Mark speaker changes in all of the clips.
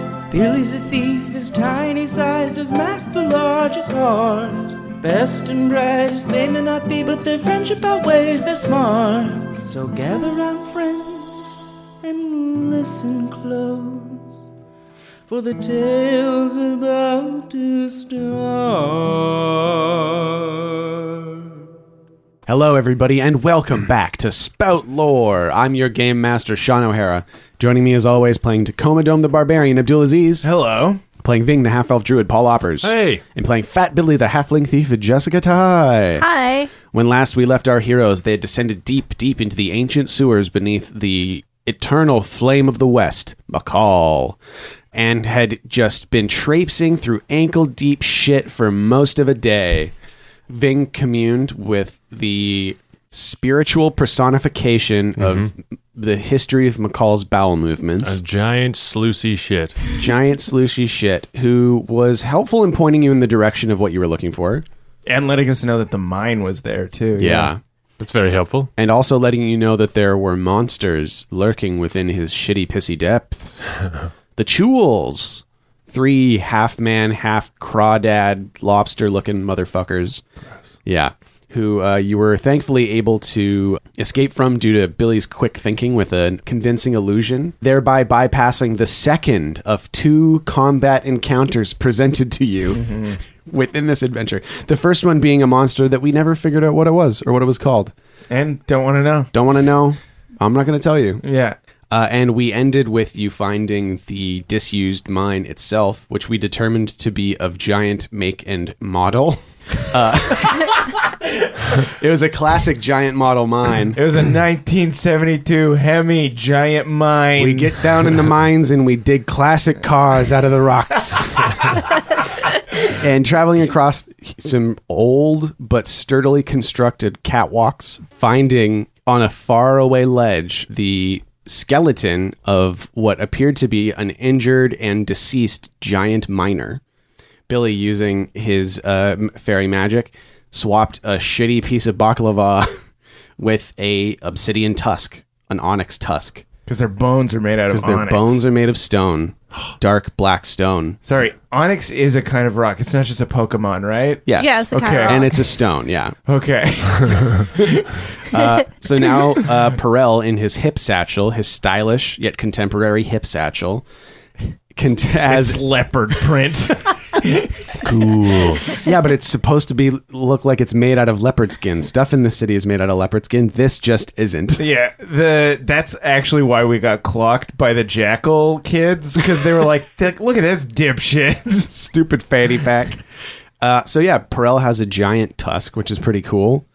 Speaker 1: Billy's a thief, his tiny size does mask the largest heart. Best and brightest they may not be, but their friendship outweighs their smarts. So gather round, friends, and listen close, for the tale's about to start.
Speaker 2: Hello, everybody, and welcome back to Spout Lore. I'm your game master, Sean O'Hara. Joining me, as always, playing Tacoma Dome the Barbarian, Abdul Aziz.
Speaker 3: Hello.
Speaker 2: Playing Ving the Half Elf Druid, Paul Oppers.
Speaker 3: Hey.
Speaker 2: And playing Fat Billy the Halfling Thief, Jessica Ty.
Speaker 4: Hi.
Speaker 2: When last we left our heroes, they had descended deep, deep into the ancient sewers beneath the eternal flame of the West, Macal, and had just been traipsing through ankle deep shit for most of a day. Ving communed with the spiritual personification of the history of Macall's bowel movements
Speaker 3: A giant sluicy shit.
Speaker 2: giant slushy shit who was helpful in pointing you in the direction of what you were looking for.
Speaker 5: and letting us know that the mine was there too.
Speaker 3: That's very helpful.
Speaker 2: And also letting you know that there were monsters lurking within his shitty pissy depths. the Chewels. Three half man, half crawdad, lobster looking motherfuckers. Yeah. Who uh, you were thankfully able to escape from due to Billy's quick thinking with a convincing illusion, thereby bypassing the second of two combat encounters presented to you within this adventure. The first one being a monster that we never figured out what it was or what it was called.
Speaker 5: and don't want to know.
Speaker 2: Don't want to know. I'm not going to tell you.
Speaker 5: Yeah,
Speaker 2: Uh, and we ended with you finding the disused mine itself, which we determined to be of giant make and model. Uh, it was a classic giant model mine.
Speaker 5: it was a 1972 Hemi giant mine.
Speaker 2: We get down in the mines and we dig classic cars out of the rocks. and traveling across some old but sturdily constructed catwalks, finding on a faraway ledge the skeleton of what appeared to be an injured and deceased giant miner. Billy, using his uh, m- fairy magic, swapped a shitty piece of baklava with a obsidian tusk, an onyx tusk
Speaker 5: because their bones are made out of
Speaker 2: because their
Speaker 5: onyx.
Speaker 2: bones are made of stone, dark black stone.
Speaker 5: Sorry, onyx is a kind of rock. It's not just a Pokemon, right?
Speaker 2: Yes.
Speaker 4: Yeah, it's a
Speaker 5: Okay.
Speaker 4: kind of
Speaker 2: and
Speaker 4: rock.
Speaker 2: it's a stone, yeah.
Speaker 5: Okay.
Speaker 2: So now uh, Perel in his hip satchel, his stylish yet contemporary hip satchel, can
Speaker 5: As
Speaker 2: has
Speaker 5: leopard print.
Speaker 3: Cool.
Speaker 2: yeah, but it's supposed to be look like it's made out of leopard skin. Stuff in the city is made out of leopard skin. This just isn't.
Speaker 5: yeah, the that's actually why we got clocked by the jackal kids because they were like, "Th- "Look at this dipshit."
Speaker 2: Stupid fanny pack. Uh, so yeah, Perel has a giant tusk, which is pretty cool.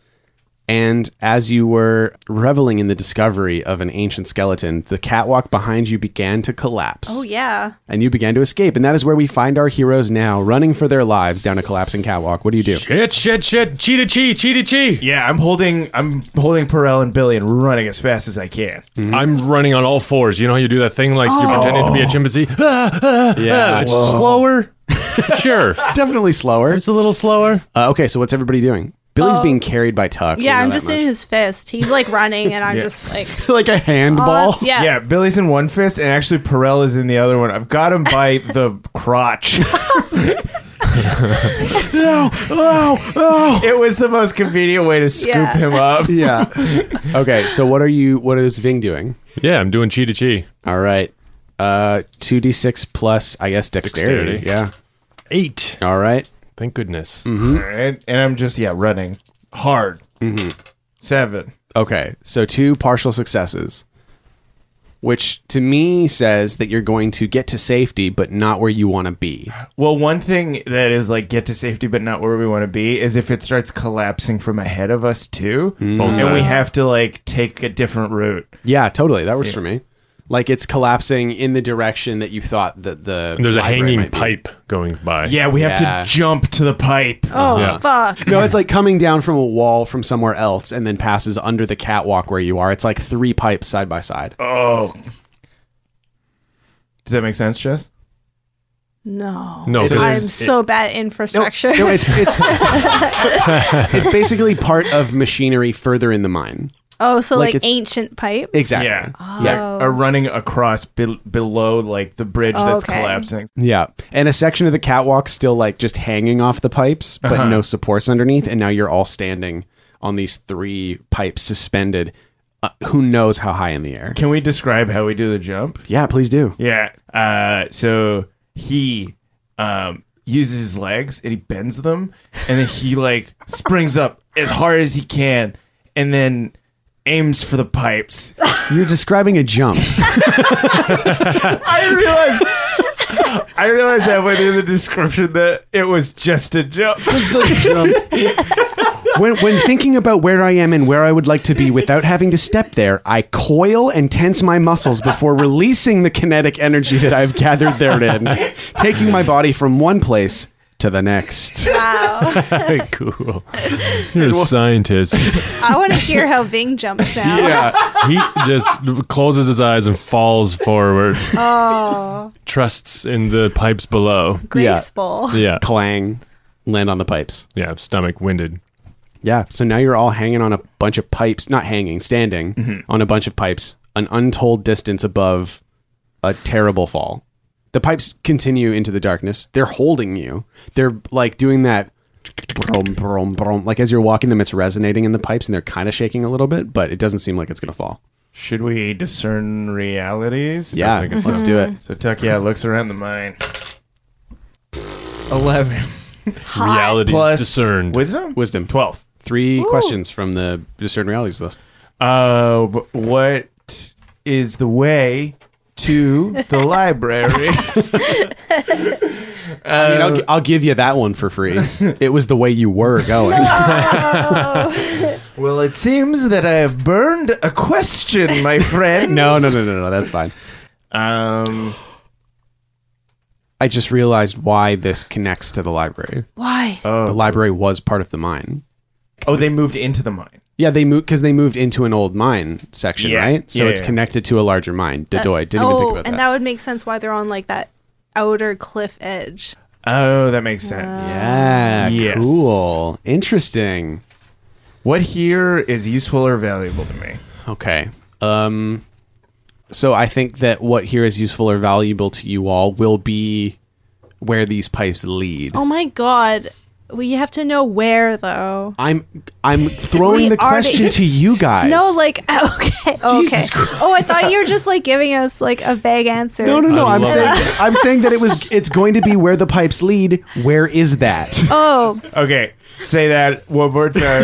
Speaker 2: And as you were reveling in the discovery of an ancient skeleton, the catwalk behind you began to collapse.
Speaker 4: Oh yeah.
Speaker 2: and you began to escape. And that is where we find our heroes now, running for their lives down a collapsing catwalk. What do you do?
Speaker 3: shit, shit, shit. Cheetah chi, cheetah chi.
Speaker 5: yeah, I'm holding I'm holding Perel and Billy and running as fast as I can.
Speaker 3: Mm-hmm. I'm running on all fours. You know how you do that thing like
Speaker 2: Oh.
Speaker 3: you're pretending to be a chimpanzee? Ah, ah,
Speaker 2: Yeah.
Speaker 3: ah. It's slower. sure.
Speaker 2: Uh, Definitely slower.
Speaker 3: It's a little slower.
Speaker 2: Uh, okay, so what's everybody doing? Billy's being carried by Tuck.
Speaker 4: Uh, Yeah,
Speaker 2: We know
Speaker 4: I'm
Speaker 2: that
Speaker 4: just
Speaker 2: much.
Speaker 4: in his fist. He's like running, and I'm just like,
Speaker 2: like a handball.
Speaker 4: uh, yeah.
Speaker 5: Yeah, Billy's in one fist, and actually Perel is in the other one. I've got him by the crotch.
Speaker 2: Oh, oh.
Speaker 5: it was the most convenient way to scoop
Speaker 4: Yeah.
Speaker 5: him up.
Speaker 2: yeah. Okay, so what are you? What is Ving doing?
Speaker 3: Yeah, I'm doing cheetah chi.
Speaker 2: All right. Uh, two d six plus, I guess, dexterity. Yeah.
Speaker 3: Dexterity. Eight.
Speaker 2: All right.
Speaker 3: Thank goodness.
Speaker 2: Mm-hmm.
Speaker 5: And, and I'm just yeah running hard. Seven.
Speaker 2: Okay, so two partial successes, which to me says that you're going to get to safety, but not where you want to be.
Speaker 5: Well, one thing that is like get to safety, but not where we want to be, is if it starts collapsing from ahead of us too, and we
Speaker 3: sides.
Speaker 5: have to like take a different route.
Speaker 2: Yeah, totally. That works for me. Like it's collapsing in the direction that you thought that the
Speaker 3: There's a
Speaker 2: library
Speaker 3: hanging
Speaker 2: might be.
Speaker 3: pipe going by.
Speaker 5: Yeah, we have
Speaker 2: Yeah.
Speaker 5: to jump to the pipe.
Speaker 4: Oh
Speaker 3: Yeah.
Speaker 4: fuck!
Speaker 2: No, it's like coming down from a wall from somewhere else and then passes under the catwalk where you are. It's like three pipes side by side.
Speaker 5: Oh. Does that make sense, Jess?
Speaker 4: No,
Speaker 3: No,
Speaker 5: It's-
Speaker 3: because-
Speaker 4: I'm so bad at infrastructure.
Speaker 2: No, it's it's it's basically part of machinery further in the mine.
Speaker 4: oh, so
Speaker 2: like
Speaker 4: like,
Speaker 2: it's-
Speaker 4: ancient pipes.
Speaker 2: Exactly.
Speaker 5: Yeah.
Speaker 2: Uh, Yeah.
Speaker 5: Are running across be- below like the bridge
Speaker 4: Oh,
Speaker 5: that's
Speaker 4: okay.
Speaker 5: collapsing.
Speaker 2: Yeah. And a section of the catwalk still like just hanging off the pipes, but no supports underneath. And now you're all standing on these three pipes suspended. Uh, who knows how high in the air?
Speaker 5: Can we describe how we do the jump?
Speaker 2: Yeah, please do.
Speaker 5: Yeah. Uh, so he um, uses his legs and he bends them, and then he like springs up as hard as he can, and then aims for the pipes.
Speaker 2: You're describing a jump.
Speaker 5: I realized. I realized halfway through the description that it was just a jump.
Speaker 2: when, when thinking about where I am and where I would like to be without having to step there, I coil and tense my muscles before releasing the kinetic energy that I've gathered therein, taking my body from one place to the next.
Speaker 4: Wow.
Speaker 3: cool. You're a scientist.
Speaker 4: I want to hear how Ving jumps now.
Speaker 3: he just closes his eyes and falls forward,
Speaker 4: Oh,
Speaker 3: trusts in the pipes below.
Speaker 4: graceful.
Speaker 3: Yeah.
Speaker 2: Clang, land on the pipes.
Speaker 3: Yeah, stomach winded.
Speaker 2: Yeah. So now you're all hanging on a bunch of pipes, not hanging, standing
Speaker 3: Mm-hmm.
Speaker 2: on a bunch of pipes, an untold distance above a terrible fall. The pipes continue into the darkness. They're holding you. They're like doing that brum, brum, brum. like as you're walking them, it's resonating in the pipes and they're kind of shaking a little bit, but it doesn't seem like it's going to fall.
Speaker 5: Should we discern realities?
Speaker 2: Yeah.
Speaker 3: like it's
Speaker 2: Let's do it.
Speaker 5: So Tuck, yeah, looks around the mine. Eleven
Speaker 3: Reality
Speaker 5: plus
Speaker 3: discerned.
Speaker 5: wisdom.
Speaker 2: Wisdom.
Speaker 5: Twelve.
Speaker 2: Three questions from the Discern Realities list.
Speaker 5: Uh, but what is the way to the library?
Speaker 3: Uh,
Speaker 2: I mean, I'll, gi- I'll give you that one for free. it was the way you were going.
Speaker 5: well, it seems that I have burned a question, my friend.
Speaker 2: no, no, no, no, no. That's fine.
Speaker 5: Um,
Speaker 2: I just realized why this connects to the library.
Speaker 4: Why?
Speaker 2: The library was part of the mine.
Speaker 5: oh, they moved into the mine.
Speaker 2: Yeah, they moved because they moved into an old mine section,
Speaker 5: Yeah.
Speaker 2: right? So
Speaker 5: Yeah,
Speaker 2: it's
Speaker 5: yeah.
Speaker 2: connected to a larger mine. Dedoy. Didn't
Speaker 4: oh,
Speaker 2: even think about that.
Speaker 4: and that would make sense why they're on like that outer cliff edge.
Speaker 5: Oh, that makes sense.
Speaker 2: yeah,
Speaker 5: Yes.
Speaker 2: Ah, cool. Interesting.
Speaker 5: What here is useful or valuable to me?
Speaker 2: Okay. Um so I think that what here is useful or valuable to you all will be where these pipes lead.
Speaker 4: Oh my god. We have to know where though.
Speaker 2: I'm I'm throwing
Speaker 4: We
Speaker 2: the
Speaker 4: already-
Speaker 2: question to you guys.
Speaker 4: No, like okay, okay.
Speaker 2: Jesus Christ.
Speaker 4: Oh, I thought you were just like giving us like a vague answer.
Speaker 2: No, no, no.
Speaker 3: I
Speaker 2: I'm
Speaker 3: love
Speaker 2: saying I'm saying that it was it's going to be where the pipes lead. Where is that?
Speaker 4: Oh,
Speaker 5: Okay, say that one more time,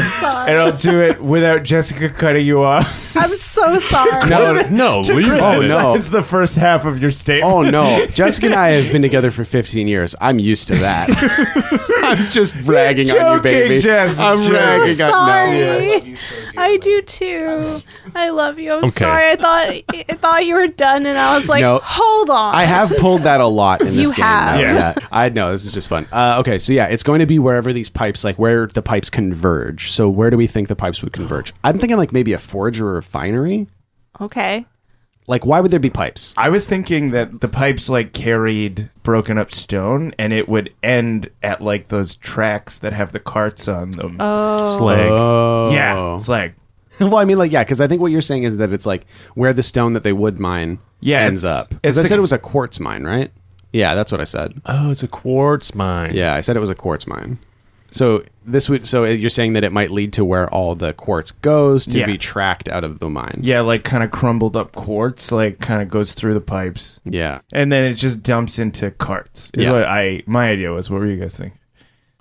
Speaker 5: and I'll do it without Jessica cutting you off.
Speaker 4: I'm so sorry.
Speaker 3: No, no, leave
Speaker 2: Oh,
Speaker 3: it.
Speaker 2: no.
Speaker 5: It's the first half of your statement.
Speaker 2: Oh no, Jessica and I have been together for 15 years. I'm used to that. I'm just ragging on you,
Speaker 5: joking,
Speaker 2: baby.
Speaker 5: Jess.
Speaker 2: I'm
Speaker 5: It's
Speaker 4: I'm
Speaker 2: ragging
Speaker 5: joking.
Speaker 2: on
Speaker 4: sorry.
Speaker 2: no.
Speaker 4: I, do too. I love you. I'm
Speaker 3: Okay.
Speaker 4: sorry. I thought I thought you were done, and I was like,
Speaker 2: No.
Speaker 4: hold on.
Speaker 2: I have pulled that a lot in this
Speaker 4: You
Speaker 2: game.
Speaker 4: have.
Speaker 2: though.
Speaker 5: Yes.
Speaker 2: Yeah. I know this is just fun. Uh, okay, so yeah, it's going to be wherever these pipes, like where the pipes converge. So where do we think the pipes would converge? I'm thinking like maybe a forge or a refinery.
Speaker 4: okay.
Speaker 2: Like why would there be pipes?
Speaker 5: I was thinking that the pipes like carried broken up stone, and it would end at like those tracks that have the carts on them.
Speaker 3: Slag.
Speaker 2: Oh,
Speaker 5: yeah, it's like
Speaker 2: well, I mean, like, yeah, because I think what you're saying is that it's like where the stone that they would mine
Speaker 5: Yeah,
Speaker 2: ends
Speaker 5: it's-
Speaker 2: up. Because
Speaker 5: it's
Speaker 2: I
Speaker 5: the- Uh-huh.
Speaker 2: said it was a quartz mine, right? Yeah, that's what I said.
Speaker 3: oh, it's a quartz mine.
Speaker 2: Yeah, I said it was a quartz mine. So this would. So you're saying that it might lead to where all the quartz goes to
Speaker 5: Yeah.
Speaker 2: be tracked out of the mine.
Speaker 5: yeah, like kind of crumbled up quartz, like kind of goes through the pipes,
Speaker 2: Yeah.
Speaker 5: and then it just dumps into carts. Is
Speaker 2: Yeah.
Speaker 5: what I my idea was. What were you guys thinking?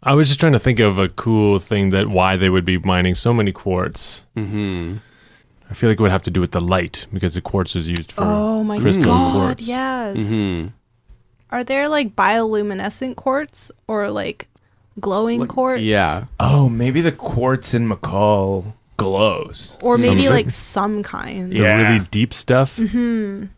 Speaker 3: I was just trying to think of a cool thing that why they would be mining so many quartz. Mm-hmm. I feel like it would have to do with the light because the quartz is used for
Speaker 4: Oh my
Speaker 3: crystal
Speaker 4: god.
Speaker 3: quartz.
Speaker 4: Yes. Are there like bioluminescent quartz or like glowing quartz?
Speaker 2: Yeah.
Speaker 5: Oh, maybe the quartz in McCall glows.
Speaker 4: Or maybe
Speaker 3: Something.
Speaker 4: like some kind.
Speaker 3: The
Speaker 5: Yeah.
Speaker 3: really deep stuff.
Speaker 5: Maybe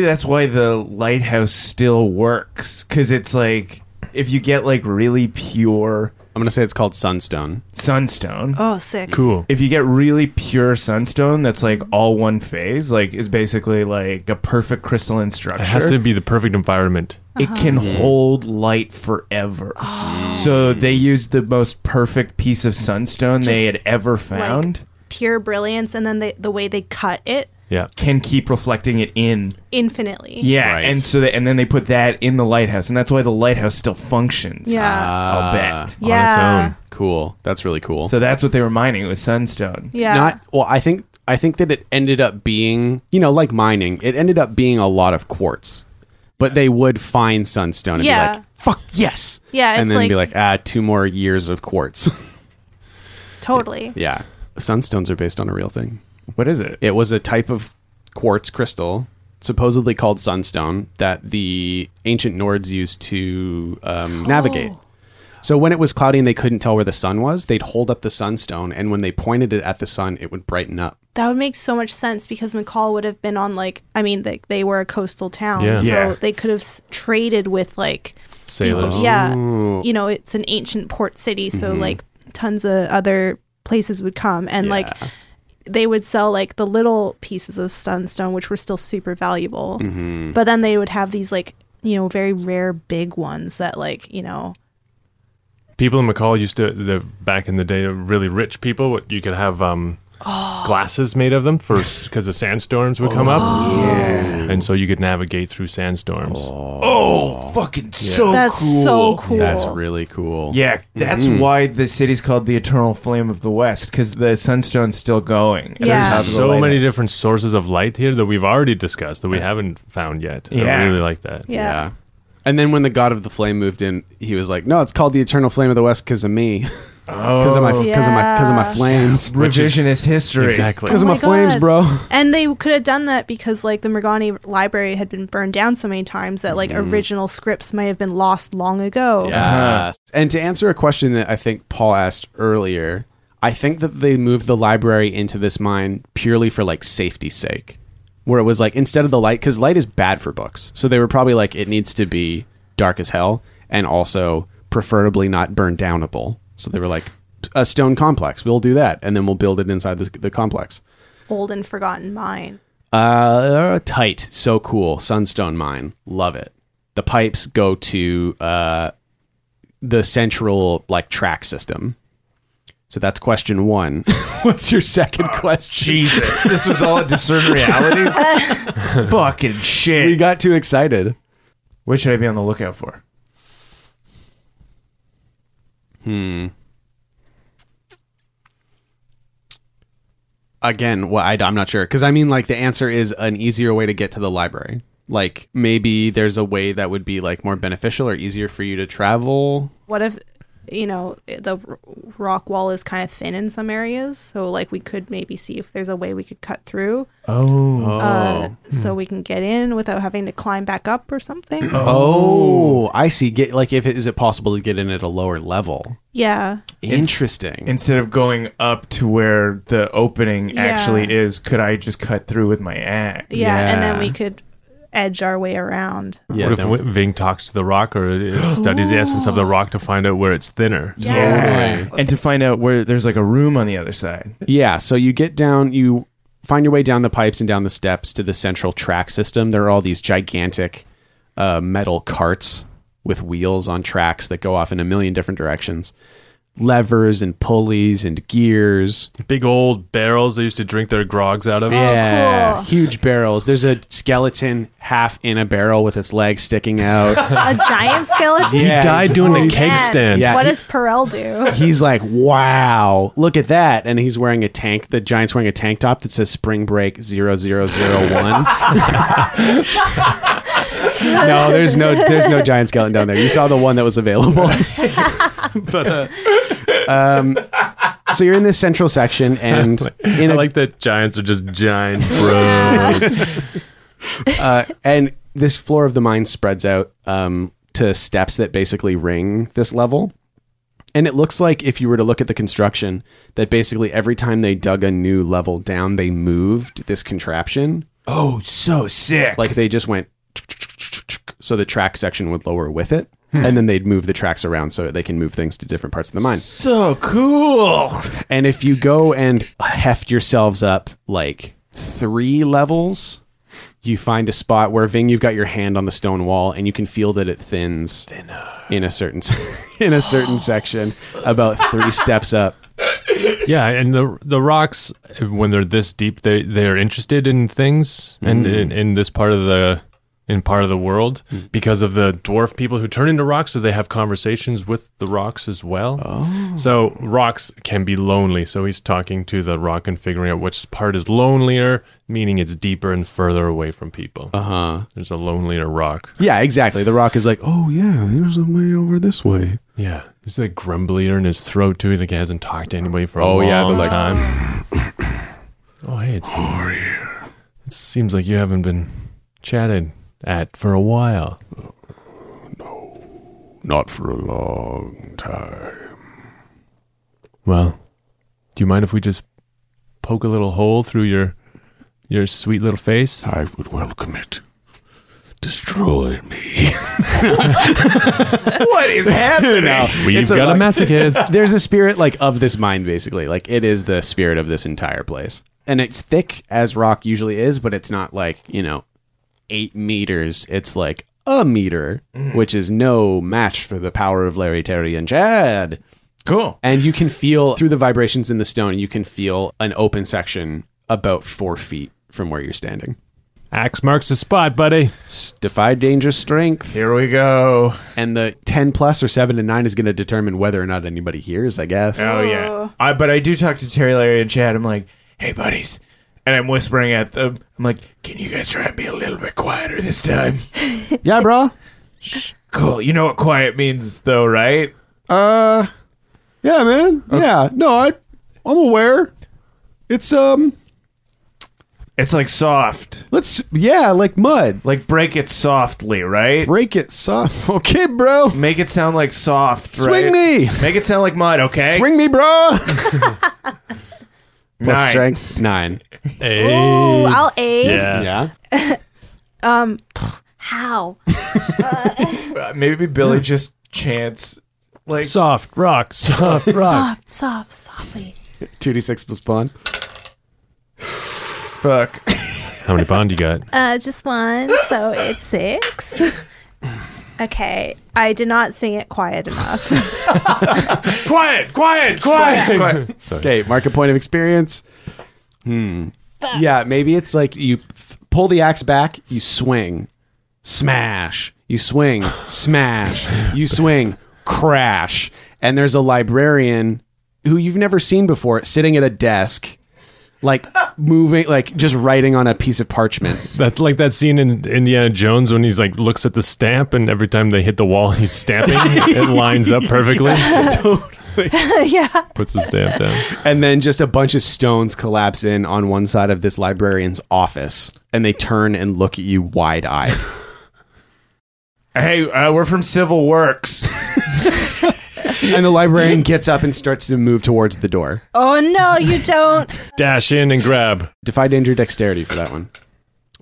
Speaker 5: that's why the lighthouse still works because it's like if you get like really pure
Speaker 2: I'm gonna say it's called Sunstone.
Speaker 5: sunstone.
Speaker 4: Oh, sick.
Speaker 3: Cool.
Speaker 5: If you get really pure sunstone, that's like all one phase, like is basically like a perfect crystalline structure.
Speaker 3: It has to be the perfect environment.
Speaker 5: it can
Speaker 4: Uh-huh.
Speaker 5: hold light forever.
Speaker 4: Oh.
Speaker 5: So they used the most perfect piece of sunstone they
Speaker 4: Just
Speaker 5: had ever found.
Speaker 4: Pure brilliance, and then they, the way they cut it
Speaker 3: Yeah.
Speaker 5: can keep reflecting it in.
Speaker 4: infinitely.
Speaker 5: Yeah,
Speaker 2: Right.
Speaker 5: and so they, and then they put that in the lighthouse, and that's why the lighthouse still functions.
Speaker 4: Yeah. Uh,
Speaker 5: I'll
Speaker 2: Ah,
Speaker 5: bet.
Speaker 4: yeah.
Speaker 3: own.
Speaker 2: Cool. That's really cool.
Speaker 5: So that's what they were mining was sunstone.
Speaker 4: Yeah.
Speaker 2: Not well. I think I think that it ended up being you know like mining. It ended up being a lot of quartz, but they would find sunstone and
Speaker 4: Yeah.
Speaker 2: be like, "Fuck yes!"
Speaker 4: Yeah,
Speaker 2: and
Speaker 4: it's
Speaker 2: then be
Speaker 4: like-
Speaker 2: like, "Ah, two more years of quartz."
Speaker 4: totally.
Speaker 2: yeah, sunstones are based on a real thing.
Speaker 5: What is it?
Speaker 2: It was a type of quartz crystal, supposedly called sunstone, that the ancient Nords used to
Speaker 4: Oh.
Speaker 2: um, navigate. So when it was cloudy and they couldn't tell where the sun was, they'd hold up the sunstone, and when they pointed it at the sun, it would brighten up.
Speaker 4: That would make so much sense because McCall would have been on like I mean they, they were a coastal town,
Speaker 3: Yeah.
Speaker 4: so
Speaker 5: Yeah.
Speaker 4: they could have s- traded with like
Speaker 3: Sailors.
Speaker 2: Oh,
Speaker 3: Mm-hmm.
Speaker 4: people- Yeah, you know it's an ancient port city, so like tons of other places would come and like they would sell like the little pieces of sunstone which were still super valuable, but then they would have these like you know very rare big ones that like you know
Speaker 3: People in McCall used to the back in the day, really rich people. what- You could have um, glasses made of them for because the sandstorms would come up, and so you could navigate through sandstorms.
Speaker 5: Oh, fucking so
Speaker 4: that's so cool.
Speaker 2: That's really cool.
Speaker 5: Yeah, that's why the city's called the Eternal Flame of the West because the sunstone's still going. at the
Speaker 4: Yeah.
Speaker 5: top of the
Speaker 3: So
Speaker 5: lighthouse.
Speaker 3: many different sources of light here that we've already discussed that we haven't found yet.
Speaker 5: Yeah.
Speaker 3: I really like that.
Speaker 4: yeah.
Speaker 2: Yeah. And then when the God of the Flame moved in, he was like, "No, it's called the Eternal Flame of the West because of me, because of my, because of my, because of my
Speaker 4: Oh. Yeah.
Speaker 2: flames,
Speaker 3: Which is-
Speaker 5: Oh, revisionist history.
Speaker 3: Exactly.
Speaker 2: because
Speaker 4: Oh
Speaker 2: of my,
Speaker 4: my
Speaker 2: flames,
Speaker 4: God.
Speaker 2: bro."
Speaker 4: And they could have done that because like the Morgani library had been burned down so many times that like original scripts might have been lost long ago.
Speaker 2: Yeah. And to answer a question that I think Paul asked earlier, I think that they moved the library into this mine purely for like safety's sake, where it was like instead of the light, because light is bad for books. So they were probably like, it needs to be dark as hell and also preferably not burn downable. So they were like, a stone complex, we'll do that. And then we'll build it inside the, the complex.
Speaker 4: Old and forgotten mine.
Speaker 2: Uh, tight, so cool. Sunstone mine, love it. The pipes go to uh, the central like track system. So that's question one. What's your second question?
Speaker 5: Jesus, this was all a discern realities. fucking shit.
Speaker 2: We got too excited.
Speaker 5: what should I be on the lookout for?
Speaker 2: Again, well, I, am not sure because I mean, like the answer is an easier way to get to the library. Like maybe there's a way that would be like more beneficial or easier for you to travel.
Speaker 4: What if you know the r- rock wall is kind of thin in some areas, so like we could maybe see if there's a way we could cut through
Speaker 5: Oh,
Speaker 4: uh, so we can get in without having to climb back up or something.
Speaker 2: Oh, I see. Get like if it is it possible to get in at a lower level?
Speaker 4: Yeah.
Speaker 2: Interesting.
Speaker 5: instead of going up to where the opening
Speaker 4: Yeah.
Speaker 5: actually is, could I just cut through with my axe?
Speaker 4: Yeah, and then
Speaker 2: Yeah.
Speaker 4: we could edge our way around.
Speaker 2: Yeah,
Speaker 3: what if
Speaker 2: that
Speaker 3: Wi- Ving talks to the rock or it- it studies the essence of the rock to find out where it's thinner?
Speaker 5: Yeah.
Speaker 2: Totally.
Speaker 5: And to find out where there's like a room on the other side.
Speaker 2: Yeah, so you get down, you find your way down the pipes and down the steps to the central track system. There are all these gigantic uh, metal carts with wheels on tracks that go off in a million different directions, levers and pulleys and gears.
Speaker 3: Big old barrels they used to drink their grogs out of.
Speaker 4: cool.
Speaker 2: uh, huge barrels. There's a skeleton half in a barrel with its legs sticking out.
Speaker 4: A giant skeleton.
Speaker 3: He
Speaker 2: Yeah.
Speaker 3: died doing a
Speaker 4: Oh,
Speaker 3: keg
Speaker 4: man.
Speaker 3: stand.
Speaker 2: Yeah.
Speaker 4: What
Speaker 2: he-
Speaker 4: does Perel do?
Speaker 2: He's like, wow, look at that. And he's wearing a tank. The giant's wearing a tank top that says Spring Break 0001. no, there's no there's no giant skeleton down there. You saw the one that was available. but uh, um, so you're in this central section, and in
Speaker 3: I
Speaker 2: a,
Speaker 3: like that giants are just giant bros.
Speaker 2: uh, and this floor of the mine spreads out um, to steps that basically ring this level. And it looks like if you were to look at the construction, that basically every time they dug a new level down, they moved this contraption
Speaker 5: Oh, so sick.
Speaker 2: Like they just went so the track section would lower with it, and then they'd move the tracks around so they can move things to different parts of the mind.
Speaker 5: so cool.
Speaker 2: And if you go and heft yourselves up like three levels, you find a spot where Ving, you've got your hand on the stone wall, and you can feel that it thins in a certain in a certain section, about three steps up.
Speaker 3: Yeah, and the the rocks when they're this deep, they they're interested in things and in, in this part of the in part of the world because of the dwarf people who turn into rocks, so they have conversations with the rocks as well. So rocks can be lonely. So he's talking to the rock and figuring out which part is lonelier, meaning it's deeper and further away from people.
Speaker 2: Uh-huh.
Speaker 3: Uh huh. There's a lonelier rock.
Speaker 2: Yeah, exactly. The rock is like, oh yeah, there's a way over this way.
Speaker 3: Yeah, he's like grumblier in his throat too. Like he hasn't talked to anybody for a
Speaker 2: Oh,
Speaker 3: long
Speaker 2: yeah, they're like-
Speaker 3: time. oh hey, it's it seems like you haven't been chatted at for a while.
Speaker 2: Not for a long time.
Speaker 3: Well, do you mind if we just poke a little hole through your your sweet little face?
Speaker 6: I would welcome it. Destroy me.
Speaker 2: What is happening?
Speaker 3: We've
Speaker 2: It's a
Speaker 3: got a,
Speaker 2: rock.
Speaker 3: masochist.
Speaker 2: There's a spirit like of this mind, basically. Like it is the spirit of this entire place, and it's thick as rock usually is, but it's not like you know eight meters. It's like a meter, which is no match for the power of Larry, Terry, and Chad.
Speaker 5: Cool.
Speaker 2: And you can feel through the vibrations in the stone, you can feel an open section about four feet from where you're standing.
Speaker 3: Axe marks the spot, buddy.
Speaker 2: S- Defy danger strength.
Speaker 5: Here we go.
Speaker 2: And the 10 plus or 7 to 9 is going to determine whether or not anybody hears, I guess.
Speaker 5: Oh yeah. I but I do talk to Terry, Larry, and Chad. I'm like, hey buddies, and I'm whispering at them. I'm like, can you guys try and be a little bit quieter this time?
Speaker 2: Yeah, bro.
Speaker 5: Cool. You know what quiet means, though, right?
Speaker 2: Uh, yeah, man. Yeah. No, I, I'm aware. It's, um,
Speaker 5: It's like soft.
Speaker 2: let's, yeah, like mud.
Speaker 5: Like break it softly, right?
Speaker 2: Break it soft. Okay, bro.
Speaker 5: Make it sound like soft.
Speaker 2: Swing
Speaker 5: right?
Speaker 2: me.
Speaker 5: Make it sound like mud. Okay.
Speaker 2: Swing me, bro. Plus
Speaker 5: Nine.
Speaker 2: strength. Nine.
Speaker 4: Oh, I'll aid.
Speaker 3: Yeah.
Speaker 2: Yeah.
Speaker 4: How?
Speaker 5: Uh, Maybe Billy just chants like
Speaker 3: Soft rock, soft rock.
Speaker 4: Soft, soft, softly.
Speaker 2: 2d6 plus bond.
Speaker 5: fuck.
Speaker 3: How many bond you got?
Speaker 4: Uh, just one, so it's six. Okay, I did not sing it quiet enough.
Speaker 5: quiet, quiet, quiet.
Speaker 2: Okay, mark a point of experience. Hmm. Yeah, maybe it's like you f- pull the axe back, you swing, smash, you swing, smash, you swing, crash. And there's a librarian who you've never seen before sitting at a desk, like moving, like just writing on a piece of parchment.
Speaker 3: That's like that scene in Indiana Jones when he's like looks at the stamp and every time they hit the wall he's stamping it lines up perfectly.
Speaker 4: yeah.
Speaker 3: Puts the stamp down.
Speaker 2: And then just a bunch of stones collapse in on one side of this librarian's office. And they turn and look at you wide eyed.
Speaker 5: Hey, uh, we're from Civil Works.
Speaker 2: and the librarian gets up and starts to move towards the door.
Speaker 4: Oh no, you don't.
Speaker 3: Dash in and grab.
Speaker 2: Defy danger dexterity for that one.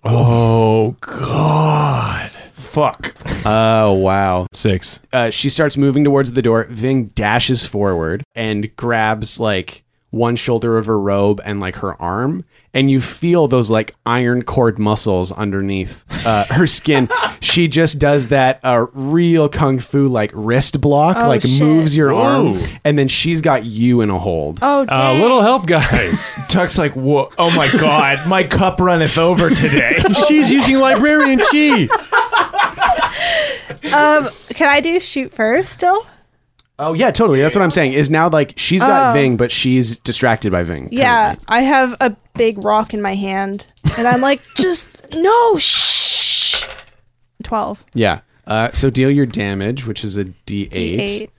Speaker 3: Oh god.
Speaker 5: fuck.
Speaker 2: Oh, wow.
Speaker 3: Six.
Speaker 2: Uh, she starts moving towards the door. Ving dashes forward and grabs like one shoulder of her robe and like her arm. And you feel those like iron cord muscles underneath uh, her skin. she just does that uh, real kung fu like wrist block, like
Speaker 4: shit.
Speaker 2: moves your arm.
Speaker 3: Whoa.
Speaker 2: And then she's got you in a hold.
Speaker 4: Oh,
Speaker 3: A
Speaker 4: dang.
Speaker 3: little help, guys.
Speaker 5: Tuck's like, whoa, oh my god, my cup runneth over today.
Speaker 3: She's using librarian chi.
Speaker 4: Um, can I do shoot first still?
Speaker 2: Oh, yeah, totally. That's what I'm saying. Is now like she's got Ving, but she's distracted by Ving.
Speaker 4: Oh. Yeah, I have a big rock in my hand, and I'm like, just no, shh. Twelve.
Speaker 2: Yeah. Uh, so deal your damage, which is a D8.
Speaker 4: Eight.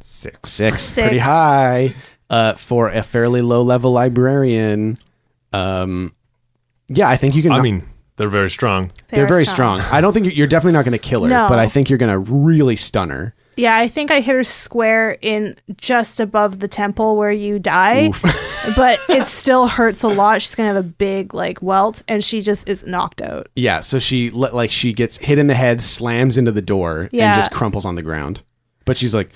Speaker 5: Six.
Speaker 2: Six.
Speaker 4: Six.
Speaker 2: Pretty high uh, for a fairly low level librarian. Um, yeah, I think you can.
Speaker 3: I mean, they're very strong.
Speaker 2: they're very strong. I don't think you're, you're definitely not going to kill her,
Speaker 4: No.
Speaker 2: but I think you're going to really stun her.
Speaker 4: Yeah, I think I hit her square in just above the temple where you die, but it still hurts a lot. She's gonna have a big like welt, and she just is knocked out.
Speaker 2: Yeah, so she li- like she gets hit in the head, slams into the door,
Speaker 4: Yeah.
Speaker 2: and just crumples on the ground. But she's like,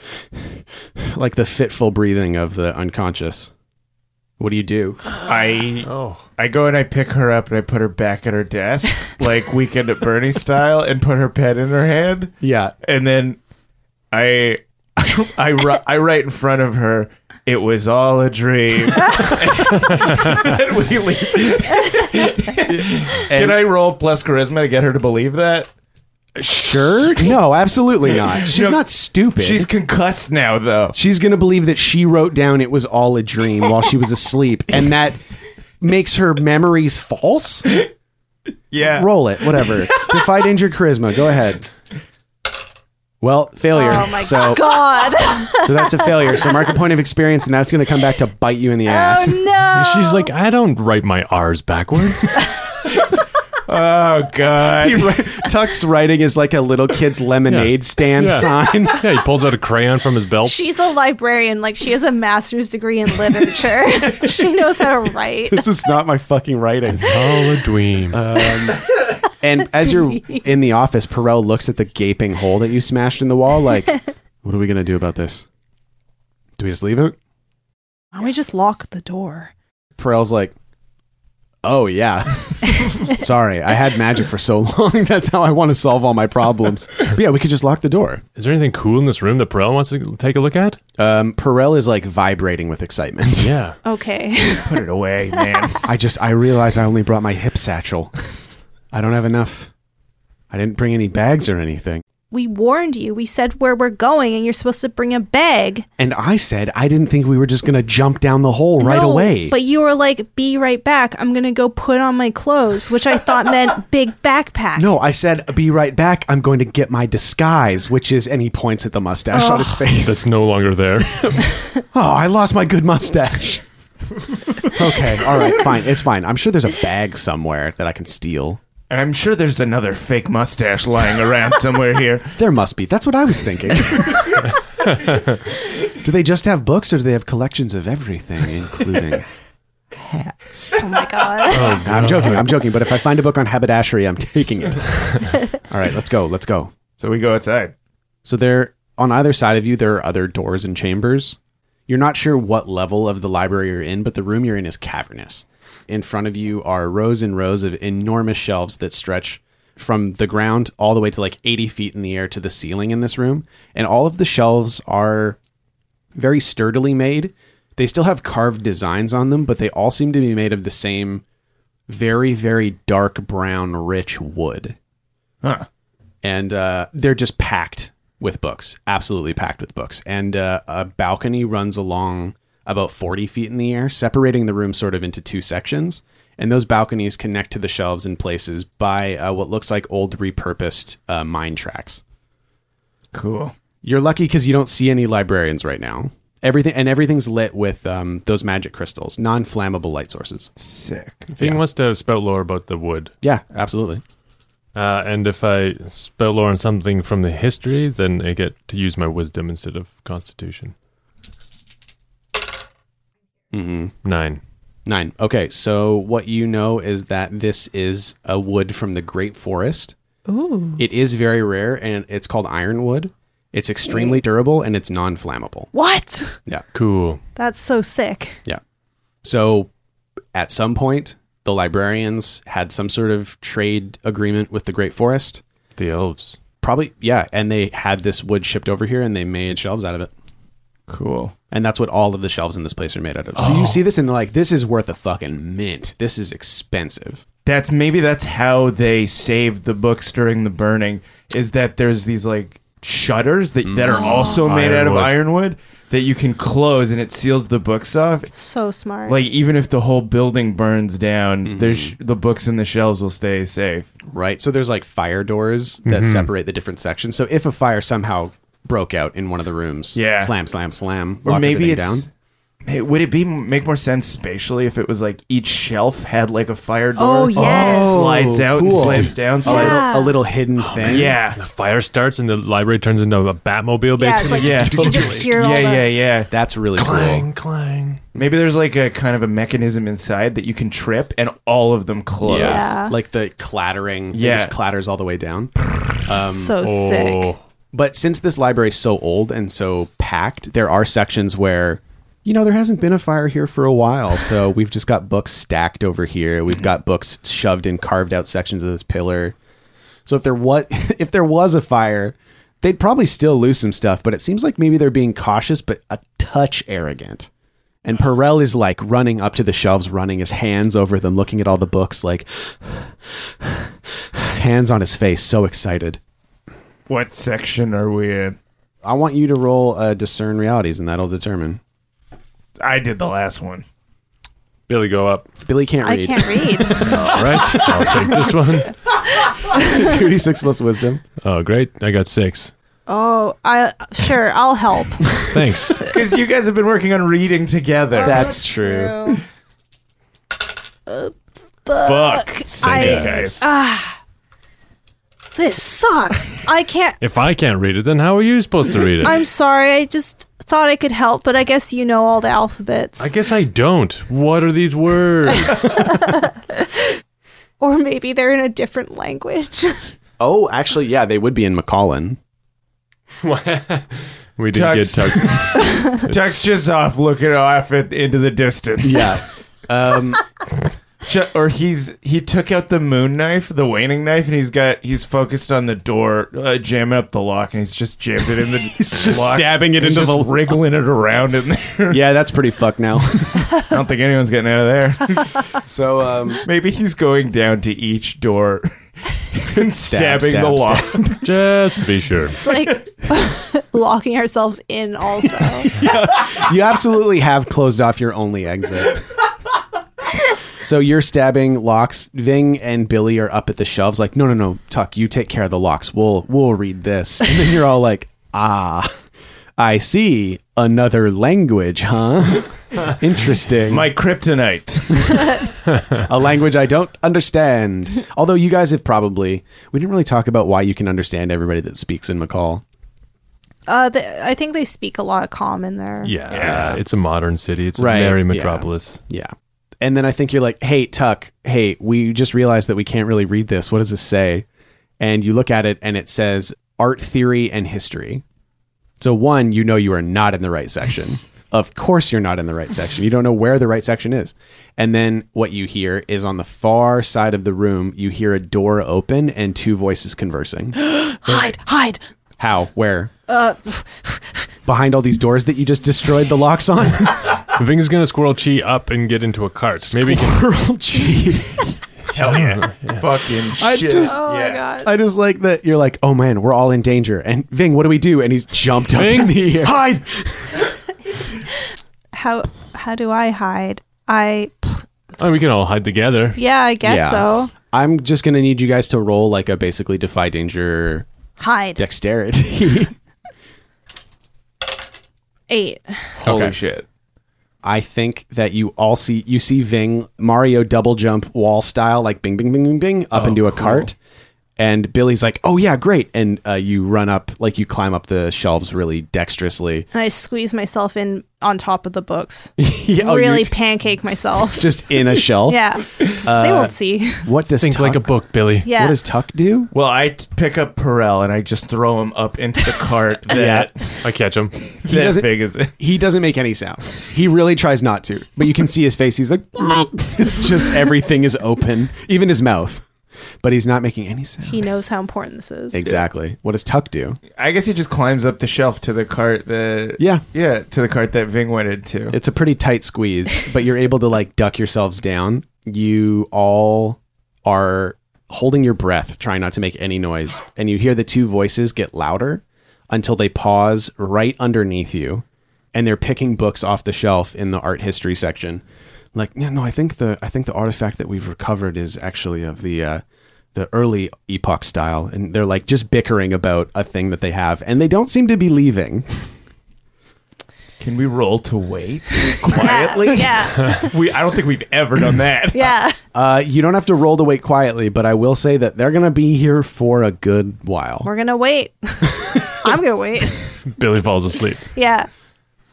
Speaker 2: like the fitful breathing of the unconscious. What do you do?
Speaker 5: I
Speaker 3: Oh.
Speaker 5: I go and I pick her up and I put her back at her desk, like Weekend at Bernie style, and put her pen in her hand.
Speaker 2: Yeah,
Speaker 5: And then I, I, ri- I write in front of her, it was all a dream. and we leave. Can I roll plus charisma to get her to believe that?
Speaker 2: sure. No, absolutely not. She's
Speaker 5: No.
Speaker 2: not stupid.
Speaker 5: She's concussed now, though.
Speaker 2: She's going to believe that she wrote down it was all a dream while she was asleep, and that makes her memories false.
Speaker 5: Yeah.
Speaker 2: Roll it, whatever. Defy danger charisma. Go ahead. Well, failure.
Speaker 4: Oh my
Speaker 2: so,
Speaker 4: God!
Speaker 2: so that's a failure. So mark a point of experience, and that's going to come back to bite you in the ass.
Speaker 4: Oh, no.
Speaker 3: She's like, I don't write my R's backwards.
Speaker 5: Oh, God.
Speaker 2: He wri- Tuck's writing is like a little kid's lemonade stand
Speaker 3: Yeah.
Speaker 2: sign.
Speaker 3: yeah, he pulls out a crayon from his belt.
Speaker 4: She's a librarian. Like she has a master's degree in literature. she knows how to write.
Speaker 2: this is not my fucking writing.
Speaker 3: all a dream.
Speaker 2: And as you're in the office, Perel looks at the gaping hole that you smashed in the wall. Like, what are we gonna do about this? Do we just leave it?
Speaker 4: Why don't we just lock the door?
Speaker 2: Perel's like, oh yeah. Sorry, I had magic for so long. That's how I want to solve all my problems. But yeah, we could just lock the door.
Speaker 3: Is there anything cool in this room that Perel wants to take a look at?
Speaker 2: Um, Perel is like vibrating with excitement.
Speaker 3: Yeah.
Speaker 4: Okay.
Speaker 5: Put it away, man.
Speaker 2: I just I realize I only brought my hip satchel. I don't have enough. I didn't bring any bags or anything.
Speaker 4: we warned you. We said where we're going, and you're supposed to bring a bag
Speaker 2: And I said I didn't think we were just gonna jump down the hole right
Speaker 4: No,
Speaker 2: away.
Speaker 4: But you were like, "Be right back. I'm gonna go put on my clothes," which I thought meant big backpack.
Speaker 2: no, I said be right back. I'm going to get my disguise, which is and he points at the mustache on his face.
Speaker 3: That's no longer there.
Speaker 2: oh, I lost my good mustache. okay, all right, fine. It's fine. I'm sure there's a bag somewhere that I can steal.
Speaker 5: And I'm sure there's another fake mustache lying around somewhere here.
Speaker 2: There must be. That's what I was thinking. do they just have books or do they have collections of everything, including
Speaker 4: Oh my god.
Speaker 2: No, I'm joking. I'm joking. But if I find a book on haberdashery, I'm taking it. All right, let's go. Let's go.
Speaker 5: So we go outside.
Speaker 2: So there, on either side of you, there are other doors and chambers. You're not sure what level of the library you're in, but the room you're in is cavernous. In front of you are rows and rows of enormous shelves that stretch from the ground all the way to like 80 feet in the air to the ceiling in this room. And all of the shelves are very sturdily made. They still have carved designs on them, but they all seem to be made of the same very, very dark brown, rich wood
Speaker 5: Huh.
Speaker 2: and uh, they're just packed with books, absolutely packed with books. And uh, a balcony runs along about 40 feet in the air, separating the room sort of into two sections. And those balconies connect to the shelves in places by uh, what looks like old repurposed uh, mine tracks.
Speaker 5: Cool.
Speaker 2: You're lucky because you don't see any librarians right now. Everything and everything's lit with um, those magic crystals, non-flammable light sources.
Speaker 5: Sick.
Speaker 3: If he wants to spout lore about the wood,
Speaker 2: Yeah, absolutely.
Speaker 3: uh, and if I spout lore on something from the history, then I get to use my wisdom instead of constitution. Mm-hmm. Nine.
Speaker 2: Nine. Okay, so what you know is that this is a wood from the Great Forest. Ooh. It is very rare, and it's called ironwood. It's extremely durable and it's non-flammable.
Speaker 4: What?
Speaker 2: Yeah,
Speaker 3: Cool.
Speaker 4: That's so sick.
Speaker 2: yeah. So, at some point, the librarians had some sort of trade agreement with the Great Forest.
Speaker 3: The elves.
Speaker 2: Probably, yeah, and they had this wood shipped over here, and they made shelves out of it.
Speaker 5: Cool.
Speaker 2: And that's what all of the shelves in this place are made out of. So you see this, and they're like, "This is worth a fucking mint. This is expensive."
Speaker 5: That's maybe that's how they saved the books during the burning. Is that there's these like shutters that that
Speaker 2: Mm.
Speaker 5: are also made out of ironwood that you can close and it seals the books off.
Speaker 4: So smart.
Speaker 5: Like even if the whole building burns down,
Speaker 2: Mm-hmm.
Speaker 5: there's the books in the shelves will stay safe.
Speaker 2: Right. So there's like fire doors that
Speaker 5: Mm-hmm.
Speaker 2: separate the different sections. So if a fire somehow broke out in one of the rooms,
Speaker 5: Yeah.
Speaker 2: slam, slam, slam,
Speaker 5: Or
Speaker 2: lock
Speaker 5: maybe
Speaker 2: everything
Speaker 5: it's
Speaker 2: down.
Speaker 5: Hey, would it be make more sense spatially if it was like each shelf had like a fire door?
Speaker 4: Oh, yes.
Speaker 5: that slides out and
Speaker 2: cool.
Speaker 5: slams down.
Speaker 2: A
Speaker 5: Slides.
Speaker 4: Yeah.
Speaker 2: little, a little hidden thing.
Speaker 5: Oh, Yeah,
Speaker 3: Ah, The fire starts and the library turns into a Batmobile, basically.
Speaker 4: Yeah, it's like you
Speaker 5: yeah,
Speaker 4: just hear all
Speaker 5: yeah,
Speaker 4: the
Speaker 5: yeah, yeah.
Speaker 2: That's really
Speaker 3: clang,
Speaker 2: cool.
Speaker 3: clang.
Speaker 5: Maybe there's like a kind of a mechanism inside that you can trip and all of them close.
Speaker 4: Yeah.
Speaker 2: Like the clattering.
Speaker 5: Yeah.
Speaker 2: It just clatters all the way down.
Speaker 4: so
Speaker 3: Oh,
Speaker 4: sick.
Speaker 2: But since this library is so old and so packed, there are sections where, you know, there hasn't been a fire here for a while. So we've just got books stacked over here. We've got books shoved in carved out sections of this pillar. So if there was if there was a fire, they'd probably still lose some stuff, but it seems like maybe they're being cautious but a touch arrogant. And Perel is like running up to the shelves, running his hands over them, looking at all the books, like hands on his face, so excited.
Speaker 5: What section are we in?
Speaker 2: I want you to roll uh, discern realities, and that'll determine.
Speaker 5: I did the last one.
Speaker 3: Billy, go up.
Speaker 2: Billy can't
Speaker 7: I
Speaker 2: read.
Speaker 7: can't read.
Speaker 3: All right, I'll take this one.
Speaker 2: Two d six plus wisdom.
Speaker 3: Oh, great. I got six.
Speaker 4: Oh, I sure I'll help.
Speaker 3: Thanks.
Speaker 5: Because you guys have been working on reading together.
Speaker 2: That's true.
Speaker 3: Fuck.
Speaker 4: I-
Speaker 3: Thank you,
Speaker 4: This sucks. I can't.
Speaker 3: if I can't read it, then how are you supposed to read it?
Speaker 4: I'm sorry. I just thought I could help, but I guess you know all the alphabets,
Speaker 3: I guess I don't. What are these words?
Speaker 4: or maybe they're in a different language.
Speaker 2: Oh, actually, yeah, they would be in McCollin.
Speaker 3: we didn't
Speaker 5: Tux.
Speaker 3: get tucked.
Speaker 5: Tuck's just off looking off at, into the distance.
Speaker 2: um,
Speaker 5: Ju- or he's he took out the moon knife, the waning knife, and he's got he's focused on the door, uh, jamming up the lock, and he's just jammed it in the. he's
Speaker 2: just stabbing it
Speaker 5: he's
Speaker 2: into
Speaker 5: just
Speaker 2: the-
Speaker 5: wriggling it around in there.
Speaker 2: yeah, that's pretty fucked now.
Speaker 5: I don't think anyone's getting out of there.
Speaker 2: so, um,
Speaker 5: Maybe he's going down to each door and
Speaker 2: Stab,
Speaker 5: stabbing
Speaker 2: stab,
Speaker 5: the lock.
Speaker 2: stab.
Speaker 3: Just to be sure.
Speaker 4: it's like locking ourselves in. Also,
Speaker 2: you absolutely have closed off your only exit. So you're stabbing locks. Ving and Billy are up at the shelves, like, no, no, no, Tuck, you take care of the locks. We'll we'll read this, and then you're all like, ah, I see another language, huh? Interesting.
Speaker 5: My kryptonite.
Speaker 2: a language I don't understand. Although you guys have probably we didn't really talk about why you can understand everybody that speaks in McCall.
Speaker 4: uh, the, I think they speak a lot of common there.
Speaker 3: Yeah,
Speaker 5: Yeah.
Speaker 3: It's a modern city. It's
Speaker 2: Right,
Speaker 3: a very
Speaker 2: yeah.
Speaker 3: metropolis.
Speaker 2: Yeah. And then I think you're like, hey, Tuck, hey, we just realized that we can't really read this. What does this say? And you look at it and it says art theory and history. So, one, you know you are not in the right section. of course, you're not in the right section. You don't know where the right section is. And then what you hear is on the far side of the room, you hear a door open and two voices conversing.
Speaker 4: Hide, hide.
Speaker 2: How? Where? Uh, Behind all these doors that you just destroyed the locks on?
Speaker 3: Ving's gonna squirrel chi up and get into a cart. Maybe he can
Speaker 2: Squirrel G.
Speaker 5: Hell yeah. Fucking shit.
Speaker 2: I just-
Speaker 4: Oh
Speaker 5: Yes.
Speaker 4: my god.
Speaker 2: I just like that you're like, oh man, we're all in danger. And Ving, what do we do? And he's jumped up
Speaker 3: Ving,
Speaker 2: in the air.
Speaker 5: hide.
Speaker 4: How how do I hide? I
Speaker 3: Oh, we can all hide together.
Speaker 4: yeah, I guess
Speaker 2: Yeah.
Speaker 4: so.
Speaker 2: I'm just gonna need you guys to roll like a basically defy danger
Speaker 4: Hide.
Speaker 2: dexterity.
Speaker 4: Eight.
Speaker 5: Holy shit.
Speaker 2: I think that you all see you see Ving Mario double jump wall style like bing bing bing bing bing up into a cart, and Billy's like, oh yeah, great, and uh, you run up like you climb up the shelves really dexterously.
Speaker 4: And I squeeze myself in on top of the books.
Speaker 2: Yeah, oh, you're
Speaker 4: really pancake myself.
Speaker 2: just in a shelf.
Speaker 4: yeah. they won't see.
Speaker 2: What does
Speaker 3: Think
Speaker 2: Tuck,
Speaker 3: like a book, Billy.
Speaker 4: Yeah.
Speaker 2: What does Tuck do?
Speaker 5: Well, I t- pick up Perel and I just throw him up into the cart that
Speaker 3: I catch him.
Speaker 5: that
Speaker 2: doesn't-
Speaker 5: big as it.
Speaker 2: He doesn't make any sound. He really tries not to, but you can see his face. He's like, it's just everything is open, even his mouth, but he's not making any sound.
Speaker 4: he knows how important this is.
Speaker 2: Exactly. What does Tuck do?
Speaker 5: I guess he just climbs up the shelf to the cart that
Speaker 2: Yeah.
Speaker 5: yeah to the cart that Ving went into.
Speaker 2: It's a pretty tight squeeze, but you're able to like duck yourselves down. You all are holding your breath, trying not to make any noise, and you hear the two voices get louder until they pause right underneath you, and they're picking books off the shelf in the art history section. Like, yeah, no, I think the I think the artifact that we've recovered is actually of the uh, the early epoch style, and they're like just bickering about a thing that they have, and they don't seem to be leaving.
Speaker 5: Can we roll to wait
Speaker 4: Yeah,
Speaker 5: quietly?
Speaker 4: yeah,
Speaker 5: we I don't think we've ever done that.
Speaker 4: yeah.
Speaker 2: Uh, you don't have to roll the weight quietly, but I will say that they're gonna be here for a good while.
Speaker 4: We're gonna wait. I'm gonna wait.
Speaker 3: Billy falls asleep.
Speaker 4: Yeah,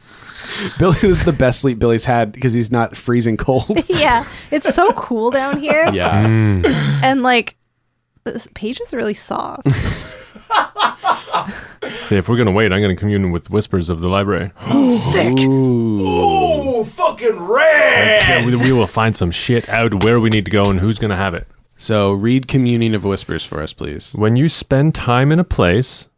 Speaker 2: Billy this is the best sleep Billy's had because he's not freezing cold. Mm.
Speaker 4: yeah. It's so cool down here,
Speaker 2: yeah.
Speaker 4: and like, this page is really soft.
Speaker 3: Say, if we're gonna wait, I'm gonna commune with whispers of the library.
Speaker 2: Ooh.
Speaker 5: Oh, fucking red!
Speaker 3: Yeah, we, we will find some shit out where we need to go and who's gonna have it.
Speaker 2: So read Communion of Whispers for us, please.
Speaker 3: When you spend time in a place,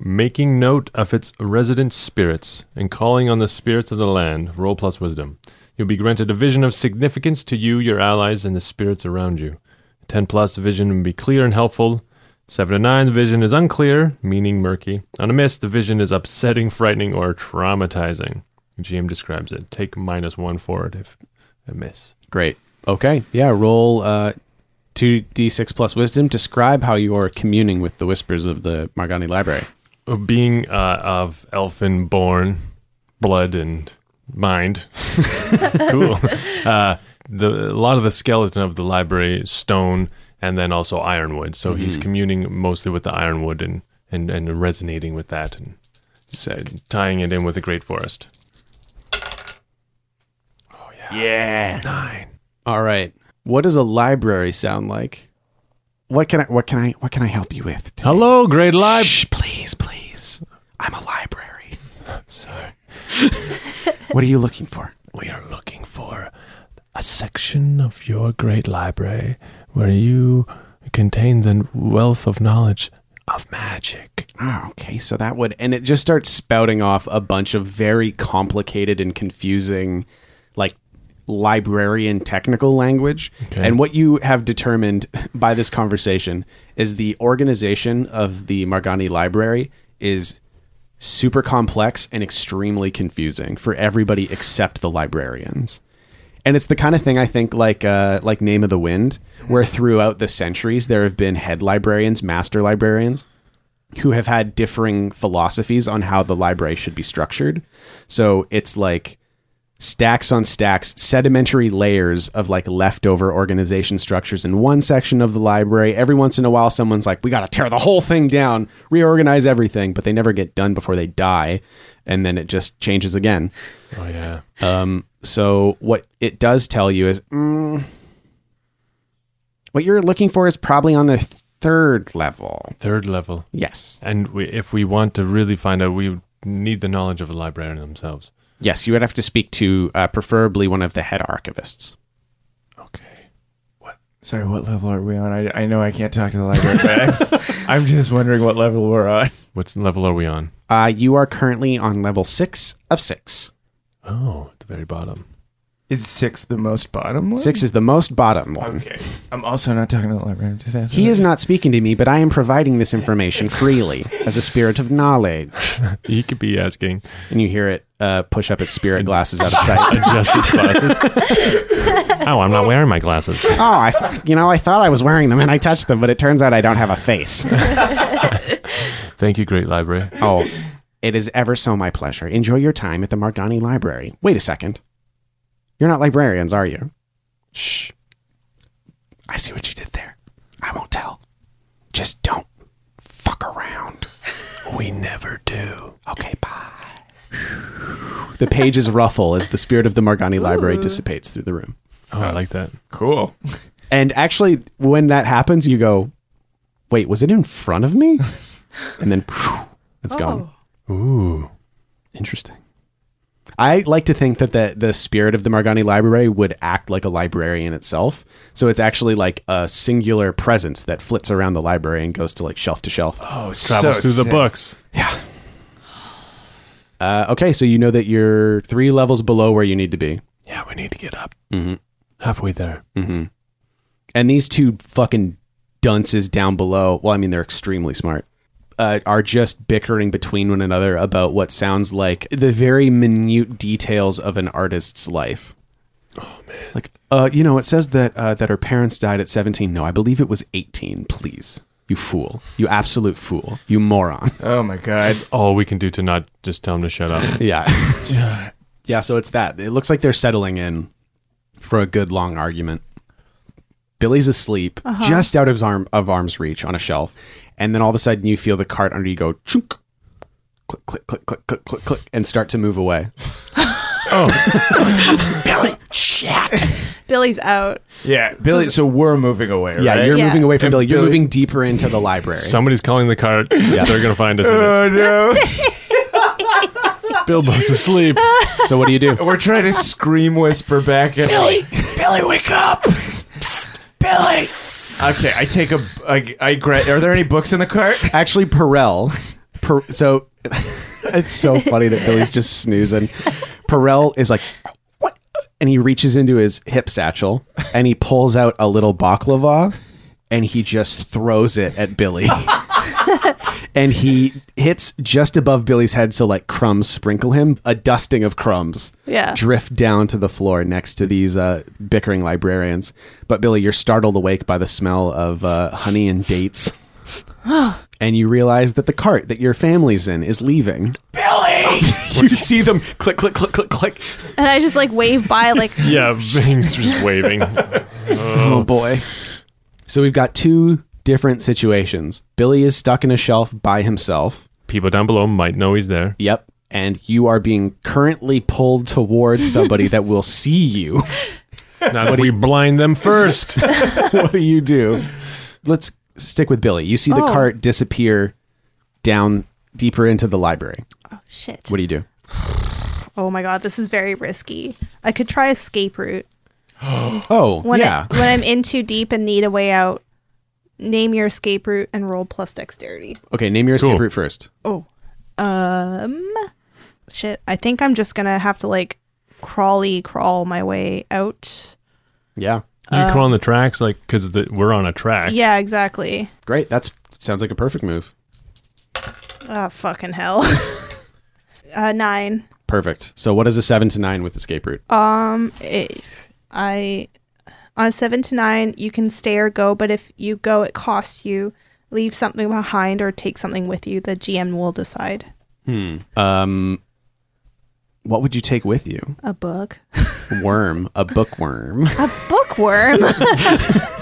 Speaker 3: making note of its resident spirits and calling on the spirits of the land, roll plus wisdom, you'll be granted a vision of significance to you, your allies, and the spirits around you. 10 plus, the vision will be clear and helpful. 7 to 9, the vision is unclear, meaning murky. On a miss, the vision is upsetting, frightening, or traumatizing. GM describes it. Take minus 1 for it if a miss.
Speaker 2: Great. Okay. Yeah. Roll uh, two d6 plus wisdom. Describe how you are communing with the whispers of the Margani Library.
Speaker 3: Of being uh, of elfin born blood and mind cool uh, the a lot of the skeleton of the library is stone and then also ironwood so he's communing mostly with the ironwood and, and and resonating with that and
Speaker 2: Said.
Speaker 3: tying it in with the great forest
Speaker 5: Yeah.
Speaker 2: All right. What does a library sound like? Oh, What can I? What can I? What can I help you with? today?
Speaker 3: hello great lib
Speaker 2: Shh, please, please. I'm a library. What are you looking for?
Speaker 3: we are looking for a section of your great library where you contain the wealth of knowledge of magic
Speaker 2: Oh, okay. So that would, and it just starts spouting off a bunch of very complicated and confusing, like librarian technical language.
Speaker 3: Okay.
Speaker 2: And what you have determined by this conversation is the organization of the Margani Library is super complex and extremely confusing for everybody except the librarians. And it's the kind of thing I think like uh, like Name of the Wind, where throughout the centuries there have been head librarians, master librarians, who have had differing philosophies on how the library should be structured. So it's like stacks on stacks, sedimentary layers of like leftover organization structures in one section of the library. Every once in a while, someone's like, we got to tear the whole thing down, reorganize everything, but they never get done before they die. And then it just changes again.
Speaker 3: oh yeah
Speaker 2: Um, so what it does tell you is mm, what you're looking for is probably on the third level.
Speaker 3: third level
Speaker 2: Yes.
Speaker 3: And we, if we want to really find out, we need the knowledge of a librarian themselves.
Speaker 2: Yes, you would have to speak to uh, preferably one of the head archivists.
Speaker 3: Okay.
Speaker 5: Sorry, what level are we on? I, I know I can't talk to the library, but I'm, I'm just wondering what level we're on.
Speaker 3: What level are we on?
Speaker 2: Uh, you are currently on level six of six.
Speaker 3: Oh, at the very bottom.
Speaker 5: Is six the most bottom one?
Speaker 2: Six is the most bottom one.
Speaker 5: Okay. I'm also not talking to the library. I'm just asking.
Speaker 2: He is not speaking to me, but I am providing this information freely as a spirit of knowledge.
Speaker 3: You could be asking
Speaker 2: And you hear it uh, push up its spirit glasses out of sight.
Speaker 3: adjust its glasses. oh, I'm not wearing my glasses.
Speaker 2: Oh, I, you know, I thought I was wearing them and I touched them, but it turns out I don't have a face.
Speaker 3: Thank you, great library.
Speaker 2: Oh, it is ever so my pleasure. Enjoy your time at the Margani Library. Wait a second. You're not librarians, are you? Shh. I see what you did there. I won't tell. Just don't fuck around.
Speaker 3: We never do.
Speaker 2: Okay, bye. the pages ruffle as the spirit of the Margani Library dissipates through the room.
Speaker 3: Oh, I like that.
Speaker 5: cool.
Speaker 2: And actually, when that happens, you go, wait, was it in front of me? and then phew, it's gone.
Speaker 3: Ooh.
Speaker 2: Interesting. I like to think that the, the spirit of the Margani Library would act like a librarian itself. So it's actually like a singular presence that flits around the library and goes to like shelf to shelf.
Speaker 5: Oh,
Speaker 3: Travels through the books.
Speaker 2: Uh, okay, so you know that you're three levels below where you need to be.
Speaker 3: Yeah, we need to get up. Mm-hmm. Halfway there.
Speaker 2: Mm-hmm. And these two fucking dunces down below, well, I mean, they're extremely smart, uh, are just bickering between one another about what sounds like the very minute details of an artist's life. Oh, man. Like, uh, you know, it says that uh, that her parents died at 17. No, I believe it was 18, please. You fool. You absolute fool. You moron.
Speaker 5: Oh my god.
Speaker 3: That's all we can do to not just tell him to shut up.
Speaker 2: Yeah. yeah, so it's that. It looks like they're settling in for a good long argument. Billy's asleep, just out of his arm of arm's reach on a shelf, and then all of a sudden you feel the cart under you go chunk, click, click, click, click, click, click, click, and start to move away.
Speaker 4: Billy's out.
Speaker 5: Yeah, Billy. So we're moving away.
Speaker 2: Yeah,
Speaker 5: right?
Speaker 2: you're
Speaker 4: Yeah.
Speaker 2: moving away from
Speaker 5: And
Speaker 2: Billy. You're
Speaker 5: Billy-
Speaker 2: moving deeper into the library.
Speaker 3: Somebody's calling the cart. They're gonna find us. In it.
Speaker 5: Oh no!
Speaker 3: Bilbo's asleep.
Speaker 2: so what do you do?
Speaker 5: We're trying to scream whisper back at Billy. Billy, wake up! Billy. Okay, I take a. I, I gra- Are there any books in the cart?
Speaker 2: Actually, Perel. Per, so it's so funny that Billy's just snoozing. Perel is like, what? And he reaches into his hip satchel and he pulls out a little baklava and he just throws it at Billy. and he hits just above Billy's head so like crumbs sprinkle him, a dusting of crumbs.
Speaker 4: Yeah.
Speaker 2: Drift down to the floor next to these uh, bickering librarians. But Billy, you're startled awake by the smell of uh, honey and dates. and you realize that the cart that your family's in is leaving. Billy! you see them click, click, click, click, click.
Speaker 4: And I just like wave by like
Speaker 3: Yeah, Bing's just waving.
Speaker 2: Oh boy. So we've got two different situations. Billy is stuck in a shelf by himself.
Speaker 3: People down below might know he's there.
Speaker 2: Yep. And you are being currently pulled towards somebody that will see you.
Speaker 3: Not if we blind them first.
Speaker 2: what do you do? Let's stick with Billy. You see the
Speaker 4: Oh.
Speaker 2: cart disappear down deeper into the library.
Speaker 4: shit.
Speaker 2: What do you do?
Speaker 4: Oh my god, this is very risky. I could try escape route.
Speaker 2: Oh,
Speaker 4: When
Speaker 2: yeah.
Speaker 4: I, when I'm in too deep and need a way out, name your escape route and roll plus dexterity.
Speaker 2: okay, name your escape
Speaker 3: Cool.
Speaker 2: route first.
Speaker 4: Oh. Um shit. I think I'm just gonna have to like crawly crawl my way out.
Speaker 2: Yeah.
Speaker 3: You crawl on the tracks, like because we're on a track.
Speaker 4: Yeah, exactly.
Speaker 2: Great. That's sounds like a perfect move.
Speaker 4: Oh fucking hell. uh nine.
Speaker 2: Perfect. So what is a 7 to 9 with escape route?
Speaker 4: Um, it, I on a seven to nine, you can stay or go, but if you go, it costs you. Leave something behind or take something with you. The GM will decide.
Speaker 2: Um what would you take with you?
Speaker 4: A book,
Speaker 2: Worm, a bookworm.
Speaker 4: a bookworm.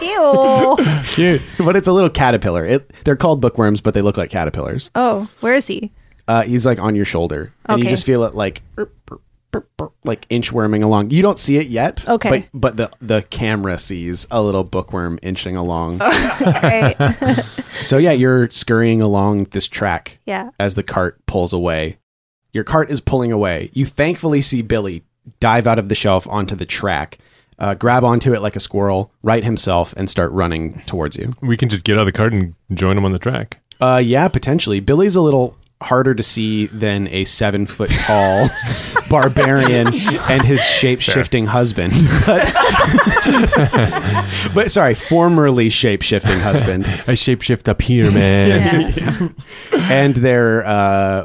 Speaker 4: Ew.
Speaker 3: Cute.
Speaker 2: but it's a little caterpillar. It, they're called bookworms, but they look like caterpillars.
Speaker 4: Oh, where is he?
Speaker 2: Uh, he's like on your shoulder, and you
Speaker 4: Okay.
Speaker 2: just feel it like burp, burp, burp, burp, like inchworming along. You don't see it yet,
Speaker 4: Okay.
Speaker 2: But but the the camera sees a little bookworm inching along.
Speaker 4: Right.
Speaker 2: so yeah, you're scurrying along this track
Speaker 4: Yeah.
Speaker 2: as the cart pulls away. Your cart is pulling away. You thankfully see Billy dive out of the shelf onto the track, uh, grab onto it like a squirrel, right himself, and start running towards you.
Speaker 3: We can just get out of the cart and join him on the track.
Speaker 2: Uh, yeah, potentially. Billy's a little harder to see than a seven foot tall barbarian and his shape shifting husband. But, but sorry, formerly shape shifting husband
Speaker 3: I shapeshift up here, man.
Speaker 4: Yeah.
Speaker 2: and their, uh,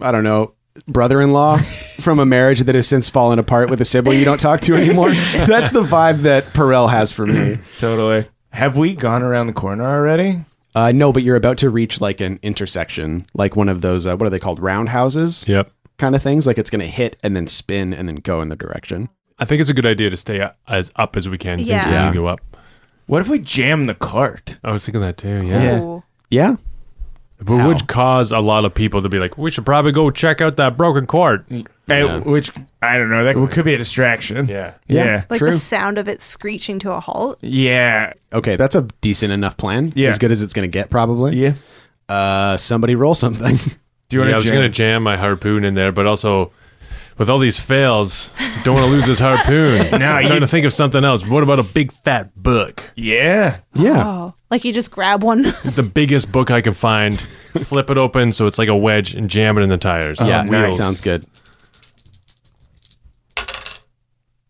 Speaker 2: I don't know, brother in law from a marriage that has since fallen apart with a sibling you don't talk to anymore. That's the vibe that Perel has for me.
Speaker 5: Totally. Have we gone around the corner already?
Speaker 2: Uh, no, but you're about to reach like an intersection, like one of those, uh, what are they called? Roundhouses?
Speaker 3: Yep.
Speaker 2: kind of things. Like it's going to hit and then spin and then go in the direction.
Speaker 3: I think it's a good idea to stay u- as up as we can since
Speaker 4: Yeah.
Speaker 3: we
Speaker 2: Yeah.
Speaker 3: can go up.
Speaker 5: What if we jam the cart?
Speaker 3: I was thinking that too. Yeah.
Speaker 5: Yeah.
Speaker 4: Ooh.
Speaker 2: Yeah.
Speaker 3: But it would cause a lot of people to be like, we should probably go check out that broken cart.
Speaker 5: Eh,
Speaker 2: Yeah.
Speaker 5: which I don't know. That could be a distraction.
Speaker 3: Yeah.
Speaker 5: Yeah.
Speaker 2: Yeah.
Speaker 5: Yeah.
Speaker 4: Like
Speaker 2: True.
Speaker 4: the sound of it screeching to a halt.
Speaker 5: Yeah.
Speaker 2: Okay. That's a decent enough plan.
Speaker 5: Yeah.
Speaker 2: As good as it's going to get, probably. Uh, somebody roll something.
Speaker 5: Do you want
Speaker 3: yeah, I was
Speaker 5: to
Speaker 3: going to
Speaker 5: jam?
Speaker 3: jam my harpoon in there, but also with all these fails, don't want to lose this harpoon.
Speaker 5: No,
Speaker 3: I'm
Speaker 5: you-
Speaker 3: trying to think of something else. What about a big fat book?
Speaker 5: Yeah.
Speaker 2: yeah.
Speaker 4: Oh, like you just grab one.
Speaker 3: The biggest book I can find, flip it open so it's like a wedge and jam it in the tires.
Speaker 2: yeah.
Speaker 5: Oh,
Speaker 2: Um, that
Speaker 5: nice.
Speaker 2: Sounds good.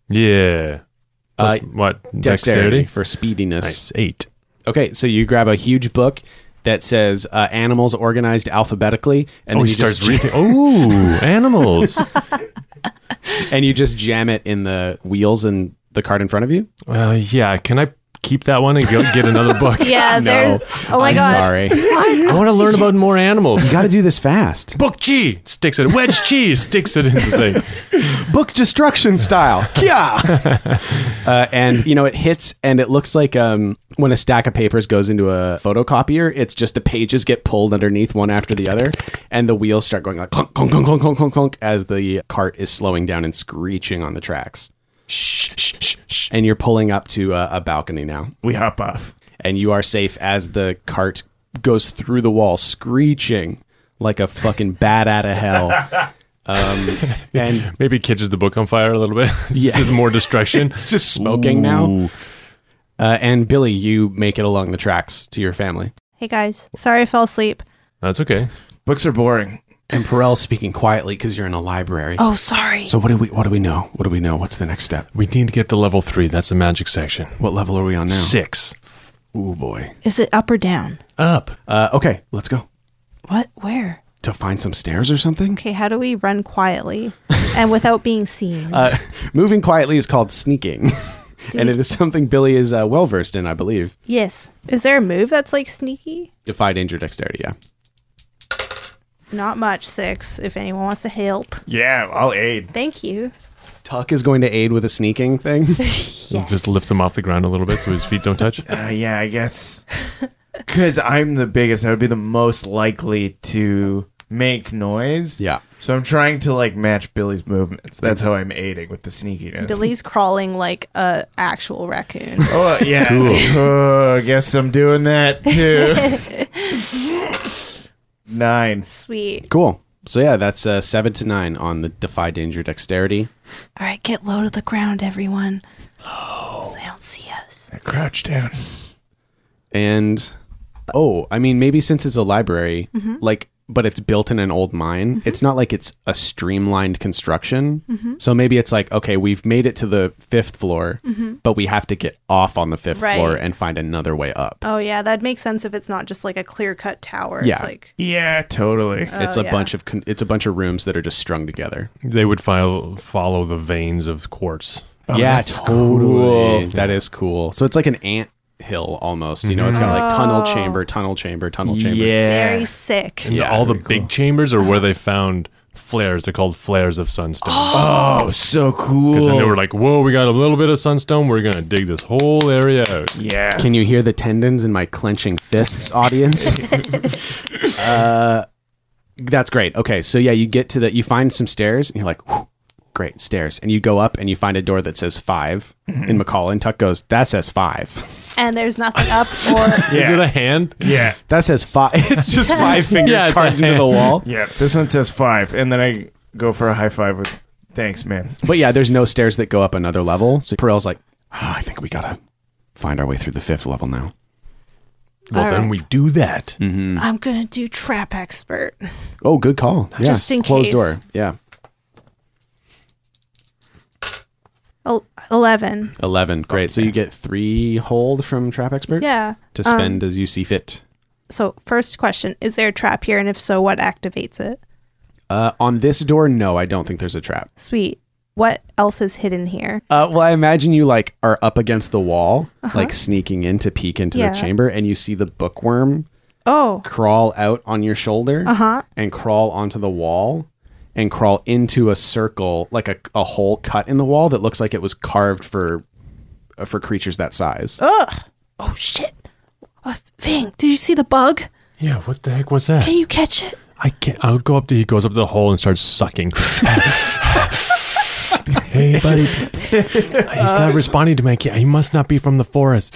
Speaker 3: Yeah.
Speaker 2: Uh,
Speaker 3: Plus, what?
Speaker 2: Dexterity,
Speaker 3: Dexterity?
Speaker 2: for speediness.
Speaker 3: Nice. Eight.
Speaker 2: Okay. So you grab a huge book that says uh, animals organized alphabetically, and
Speaker 3: oh,
Speaker 2: then
Speaker 3: he
Speaker 2: you
Speaker 3: starts
Speaker 2: just
Speaker 3: reading. Oh, animals.
Speaker 2: and you just jam it in the wheels and the cart in front of you.
Speaker 3: Well, Uh, yeah. Can I keep that one and go get another book.
Speaker 4: Yeah, there's. Oh my
Speaker 2: I'm
Speaker 4: god.
Speaker 2: sorry.
Speaker 3: I want to learn about more animals.
Speaker 2: You got to do this fast.
Speaker 3: Book G sticks it. Wedge cheese sticks it in the thing.
Speaker 2: book destruction style. Yeah. uh, and you know it hits, and it looks like um, when a stack of papers goes into a photocopier, it's just the pages get pulled underneath one after the other, and the wheels start going like clunk clunk clunk clunk clunk clunk, clunk as the cart is slowing down and screeching on the tracks. And you're pulling up to a, a balcony now,
Speaker 5: We hop off.
Speaker 2: and you are safe as the cart goes through the wall, screeching like a fucking bat out of hell. Um, and
Speaker 3: Maybe it catches the book on fire a little bit. It's
Speaker 2: Yeah.
Speaker 3: just more destruction.
Speaker 2: it's just smoking now. Uh, and Billy, you make it along the tracks to your family.
Speaker 4: Hey guys, sorry I fell asleep.
Speaker 3: That's okay.
Speaker 5: Books are boring.
Speaker 2: And Perel's speaking quietly because you're in a library.
Speaker 4: Oh, sorry.
Speaker 2: So what do we what do we know? What do we know? What's the next step?
Speaker 3: We need to get to level three. That's the magic section.
Speaker 2: What level are we on now?
Speaker 3: Six.
Speaker 2: Ooh boy.
Speaker 4: Is it up or down?
Speaker 3: Up.
Speaker 2: Uh, okay, let's go
Speaker 4: What? Where?
Speaker 2: to find some stairs or something.
Speaker 4: Okay, how do we run quietly and without being seen?
Speaker 2: Uh, moving quietly is called sneaking, and it is something Billy is uh, well versed in, I believe.
Speaker 4: yes. Is there a move that's like sneaky?
Speaker 2: Defy danger, dexterity. Yeah.
Speaker 4: Not much. Six. If anyone wants to help,
Speaker 5: Yeah, I'll aid.
Speaker 4: thank you.
Speaker 2: Tuck is going to aid with a sneaking thing.
Speaker 3: Just lifts him off the ground a little bit so his feet don't touch.
Speaker 5: Uh, yeah, I guess. Because I'm the biggest, I would be the most likely to make noise.
Speaker 2: yeah.
Speaker 5: So I'm trying to like match Billy's movements. That's how I'm aiding with the sneakiness.
Speaker 4: Billy's crawling like a actual raccoon.
Speaker 5: Oh uh, yeah. Oh, I guess I'm doing that too. Nine.
Speaker 4: Sweet.
Speaker 2: Cool. So yeah, that's uh, seven to nine on the defy danger, dexterity.
Speaker 4: All right, get low to the ground, everyone. Oh. So they don't see us.
Speaker 5: Crouch down.
Speaker 2: and oh i mean maybe since it's a library
Speaker 4: Mm-hmm.
Speaker 2: like but it's built in an old mine it's not like it's a streamlined construction
Speaker 4: Mm-hmm.
Speaker 2: so maybe it's like okay we've made it to the fifth floor but we have to get off on the fifth
Speaker 4: Mm-hmm. Right.
Speaker 2: floor and find another way up
Speaker 4: Oh yeah, that'd make sense if it's not just like a clear cut tower.
Speaker 2: Yeah.
Speaker 4: It's like
Speaker 5: Yeah, totally.
Speaker 2: it's a
Speaker 4: Oh, yeah.
Speaker 2: bunch of con- it's a bunch of rooms that are just strung together
Speaker 3: They would file, follow the veins of quartz.
Speaker 2: yeah
Speaker 5: Oh, that's
Speaker 2: totally
Speaker 5: cool.
Speaker 2: that is cool so it's like an ant hill almost you know it's got like tunnel chamber tunnel chamber tunnel chamber
Speaker 4: very
Speaker 5: Yeah.
Speaker 4: sick.
Speaker 3: And
Speaker 2: Yeah,
Speaker 3: all the
Speaker 2: pretty
Speaker 3: big chambers are where they found flares. They're called flares of sunstone.
Speaker 5: Oh, so cool.
Speaker 3: Because then they were like, whoa, we got a little bit of sunstone. We're going to dig this whole area out.
Speaker 5: yeah.
Speaker 2: Can you hear the tendons in my clenching fists, audience? uh, that's great. Okay, so yeah, you get to the, you find some stairs, and you're like, "Whew, great stairs, and you go up, and you find a door that says 5
Speaker 3: Mm-hmm.
Speaker 2: in McCall, and Tuck goes, that says five,
Speaker 4: And there's nothing up or
Speaker 3: Is it a hand?
Speaker 5: yeah.
Speaker 2: that says five. It's just five fingers
Speaker 3: Yeah, it's a
Speaker 2: carved into
Speaker 3: hand.
Speaker 2: the wall.
Speaker 5: Yeah. This one says five, and then I go for a high five with thanks, man.
Speaker 2: But yeah, there's no stairs that go up another level. So Perel's like, "Ah, I think we gotta find our way through the fifth level now.
Speaker 3: Well,
Speaker 4: All
Speaker 3: then
Speaker 4: right.
Speaker 3: we do that.
Speaker 2: Mm.
Speaker 4: I'm gonna do trap expert.
Speaker 2: Oh, good call. Yeah,
Speaker 4: Just in
Speaker 2: closed
Speaker 4: case.
Speaker 2: door. Yeah,
Speaker 4: El- Eleven.
Speaker 2: eleven. Great. So you get three hold from trap expert.
Speaker 4: Yeah.
Speaker 2: to
Speaker 4: Um,
Speaker 2: spend as you see fit.
Speaker 4: so first question: Is there a trap here, and if so, what activates it?
Speaker 2: Uh, on this door, no, I don't think there's a trap.
Speaker 4: Sweet. What else is hidden here?
Speaker 2: Uh, well, I imagine you like are up against the wall, like sneaking in to peek into
Speaker 4: Uh-huh. Yeah.
Speaker 2: the chamber, and you see the bookworm
Speaker 4: Oh,
Speaker 2: crawl out on your shoulder
Speaker 4: Uh-huh.
Speaker 2: and crawl onto the wall and crawl into a circle, like a, a hole cut in the wall that looks like it was carved for uh, for creatures that size.
Speaker 4: oh shit! Oh, Fing, did you see the bug?
Speaker 3: Yeah, what the heck was that?
Speaker 4: Can you catch it?
Speaker 3: I can't. I'll go up to. He goes up to the hole and starts sucking. hey, buddy. He's not responding to my kid. He must not be from the forest.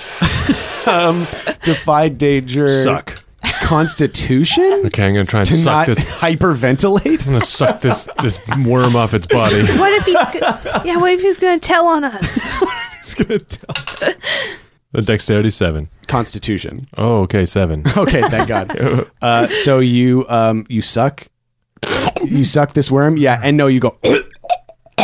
Speaker 2: Defy danger.
Speaker 3: Er. Suck.
Speaker 2: Constitution?
Speaker 3: Okay, I'm gonna try and
Speaker 2: to
Speaker 3: suck
Speaker 2: not
Speaker 3: this.
Speaker 2: hyperventilate?
Speaker 3: I'm gonna suck this this worm off its body.
Speaker 4: What if he's? go- yeah, what if he's gonna tell on us?
Speaker 3: The dexterity seven.
Speaker 2: Constitution.
Speaker 3: Oh, okay, seven.
Speaker 2: Okay, thank God. Uh, so you um you suck, you suck this worm. Yeah, and no, you go.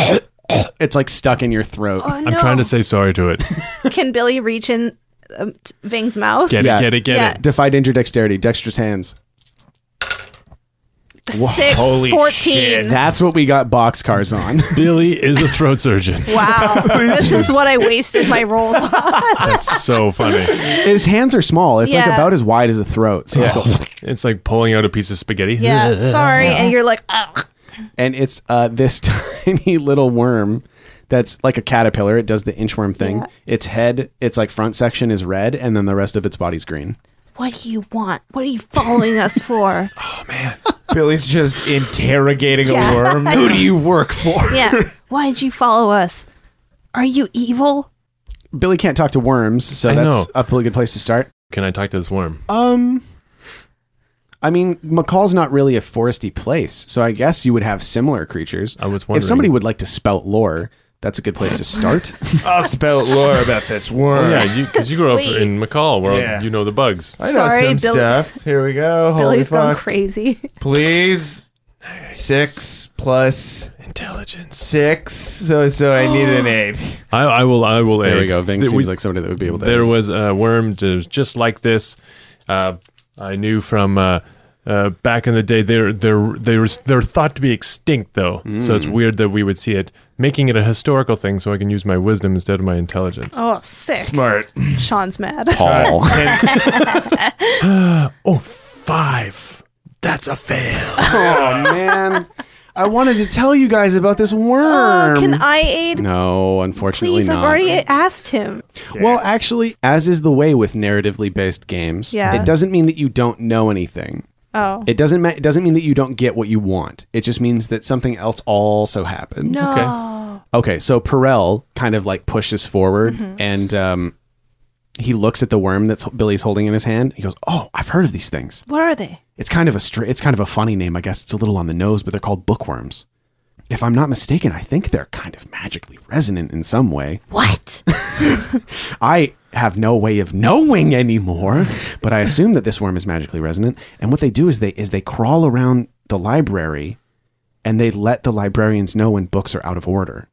Speaker 2: it's like stuck in your throat.
Speaker 4: Oh,
Speaker 3: I'm
Speaker 4: no.
Speaker 3: trying to say sorry to it.
Speaker 4: Can Billy reach in um, t- Ving's mouth?
Speaker 3: Get
Speaker 2: Yeah.
Speaker 3: it, get it, get
Speaker 4: Yeah.
Speaker 3: it.
Speaker 2: Defy danger, dexterity, dexterous hands.
Speaker 4: six,
Speaker 5: holy
Speaker 4: 14.
Speaker 5: shit.
Speaker 2: That's what we got boxcars on.
Speaker 3: Billy is a throat surgeon.
Speaker 4: Wow. this is what I wasted my rolls on.
Speaker 3: That's so funny.
Speaker 2: His hands are small. It's like
Speaker 4: Yeah.
Speaker 2: about as wide as a throat. So it's go-
Speaker 3: It's like pulling out a piece of spaghetti.
Speaker 4: Yeah. Sorry. And you're like, ugh.
Speaker 2: and it's uh, this tiny little worm that's like a caterpillar. It does the inchworm thing.
Speaker 4: Yeah.
Speaker 2: Its head, its like front section is red, and then the rest of its body's green.
Speaker 4: what do you want? What are you following us for?
Speaker 5: Billy's just interrogating
Speaker 4: Yeah.
Speaker 5: a worm.
Speaker 2: Who do you work for?
Speaker 4: Yeah. Why did you follow us? Are you evil?
Speaker 2: Billy can't talk to worms, so
Speaker 3: I
Speaker 2: that's
Speaker 3: know.
Speaker 2: a really good place to start.
Speaker 3: Can I talk to this worm?
Speaker 2: Um, I mean, McCall's not really a foresty place, so I guess you would have similar creatures.
Speaker 3: I was wondering.
Speaker 2: if somebody would like to spout lore. That's a good place to start.
Speaker 5: I'll spout lore about this
Speaker 3: Oh,
Speaker 5: worm.
Speaker 3: yeah, because you, grew up
Speaker 4: Sweet.
Speaker 3: in McCall, where
Speaker 5: Yeah.
Speaker 3: you know the bugs.
Speaker 5: I know
Speaker 4: Sorry,
Speaker 5: some
Speaker 4: Billy-
Speaker 5: stuff. Here we go. Holy
Speaker 4: Billy's gone
Speaker 5: fuck.
Speaker 4: crazy.
Speaker 5: Please. Six plus
Speaker 3: Intelligence.
Speaker 5: six. So so I need an eight.
Speaker 3: I, I will. I will.
Speaker 2: there
Speaker 3: aid.
Speaker 2: we go. Ving
Speaker 3: Th-
Speaker 2: seems
Speaker 3: we-
Speaker 2: like somebody that would be able to.
Speaker 3: There was a worm that was just like this. Uh, I knew from uh, uh, back in the day. They're they're they were they're thought to be extinct though, so it's weird that we would see it, making it a historical thing. So I can use my wisdom instead of my intelligence.
Speaker 4: Oh, sick.
Speaker 5: Smart.
Speaker 4: Sean's mad.
Speaker 2: Paul.
Speaker 3: Oh, five. That's a fail.
Speaker 2: oh man, I wanted to tell you guys about this worm.
Speaker 4: Oh, can I aid?
Speaker 2: no, unfortunately
Speaker 4: Please,
Speaker 2: not.
Speaker 4: I've already asked him.
Speaker 2: Well, actually, as is the way with narratively based games,
Speaker 4: Yeah.
Speaker 2: it doesn't mean that you don't know anything.
Speaker 4: Oh.
Speaker 2: It doesn't ma- it doesn't mean that you don't get what you want. It just means that something else also happens.
Speaker 4: no.
Speaker 2: Okay, so Perel kind of like pushes forward and um, he looks at the worm that's Billy's holding in his hand. He goes, "Oh, I've heard of these things.
Speaker 4: What are they?
Speaker 2: It's kind of a str- it's kind of a funny name, I guess. It's a little on the nose, but they're called bookworms. If I'm not mistaken, I think they're kind of magically resonant in some way.
Speaker 4: What?
Speaker 2: I have no way of knowing anymore, but I assume that this worm is magically resonant. And what they do is they is they crawl around the library and they let the librarians know when books are out of order.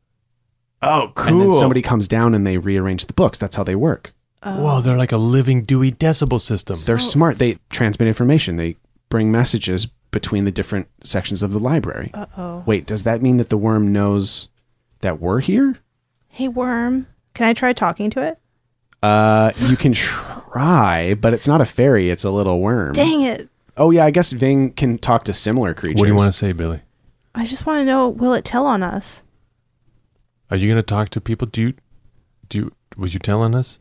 Speaker 5: Oh,
Speaker 2: And then
Speaker 5: cool.
Speaker 2: somebody comes down and they rearrange the books. That's how they work.
Speaker 3: Wow, they're like a living Dewey Decibel system.
Speaker 2: Oh. They're smart. They transmit information. They bring messages between the different sections of the library.
Speaker 4: Uh oh.
Speaker 2: Wait, does that mean that the worm knows that we're here?
Speaker 4: Hey, worm. Can I try talking to it?
Speaker 2: Uh, you can try, but it's not a fairy. It's a little worm.
Speaker 4: Dang it.
Speaker 2: Oh yeah, I guess Ving can talk to similar creatures.
Speaker 3: what do you want to say, Billy?
Speaker 4: I just want to know will it tell on us?
Speaker 3: Are you going to talk to people? Do you, do you, was you telling us?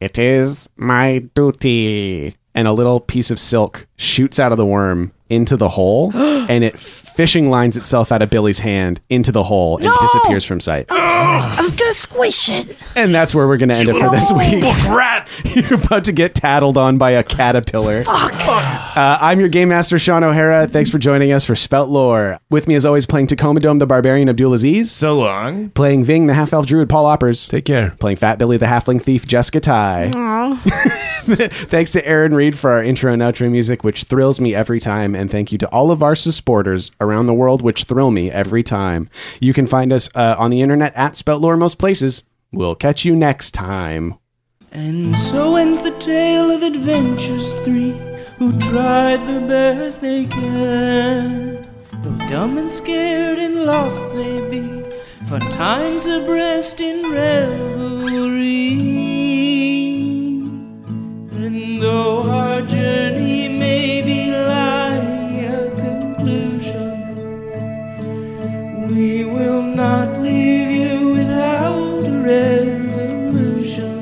Speaker 2: It is my duty. And a little piece of silk shoots out of the worm into the hole, and it fishing lines itself out of Billy's hand into the hole and disappears from sight.
Speaker 4: I was going to squish it.
Speaker 2: And that's where we're going to end it for this week. You're about to get tattled on by a caterpillar. Uh, I'm your game master, Sean O'Hara. Thanks for joining us for Spelt Lore. With me, as always, playing Tacoma Dome, the Barbarian Abdul Aziz,
Speaker 5: so long.
Speaker 2: playing Ving, the half elf druid, Paul Oppers,
Speaker 3: Take care.
Speaker 2: playing Fat Billy, the halfling thief, Jessica Ty.
Speaker 4: Aw.
Speaker 2: Thanks to Aaron Reed for our intro and outro music, which thrills me every time. And thank you to all of our supporters around the world, which thrill me every time. You can find us uh, on the internet at Speltlore most places. We'll catch you next time.
Speaker 1: And so ends the tale of adventures three who tried the best they can. Though dumb and scared and lost they be, for time's abreast in revelry. And though our journey may be lying a conclusion, we will not leave you without a resolution.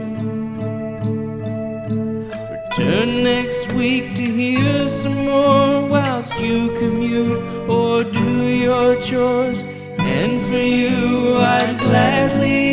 Speaker 1: Return next week to hear some more whilst you commute or do your chores. And for you, I'd gladly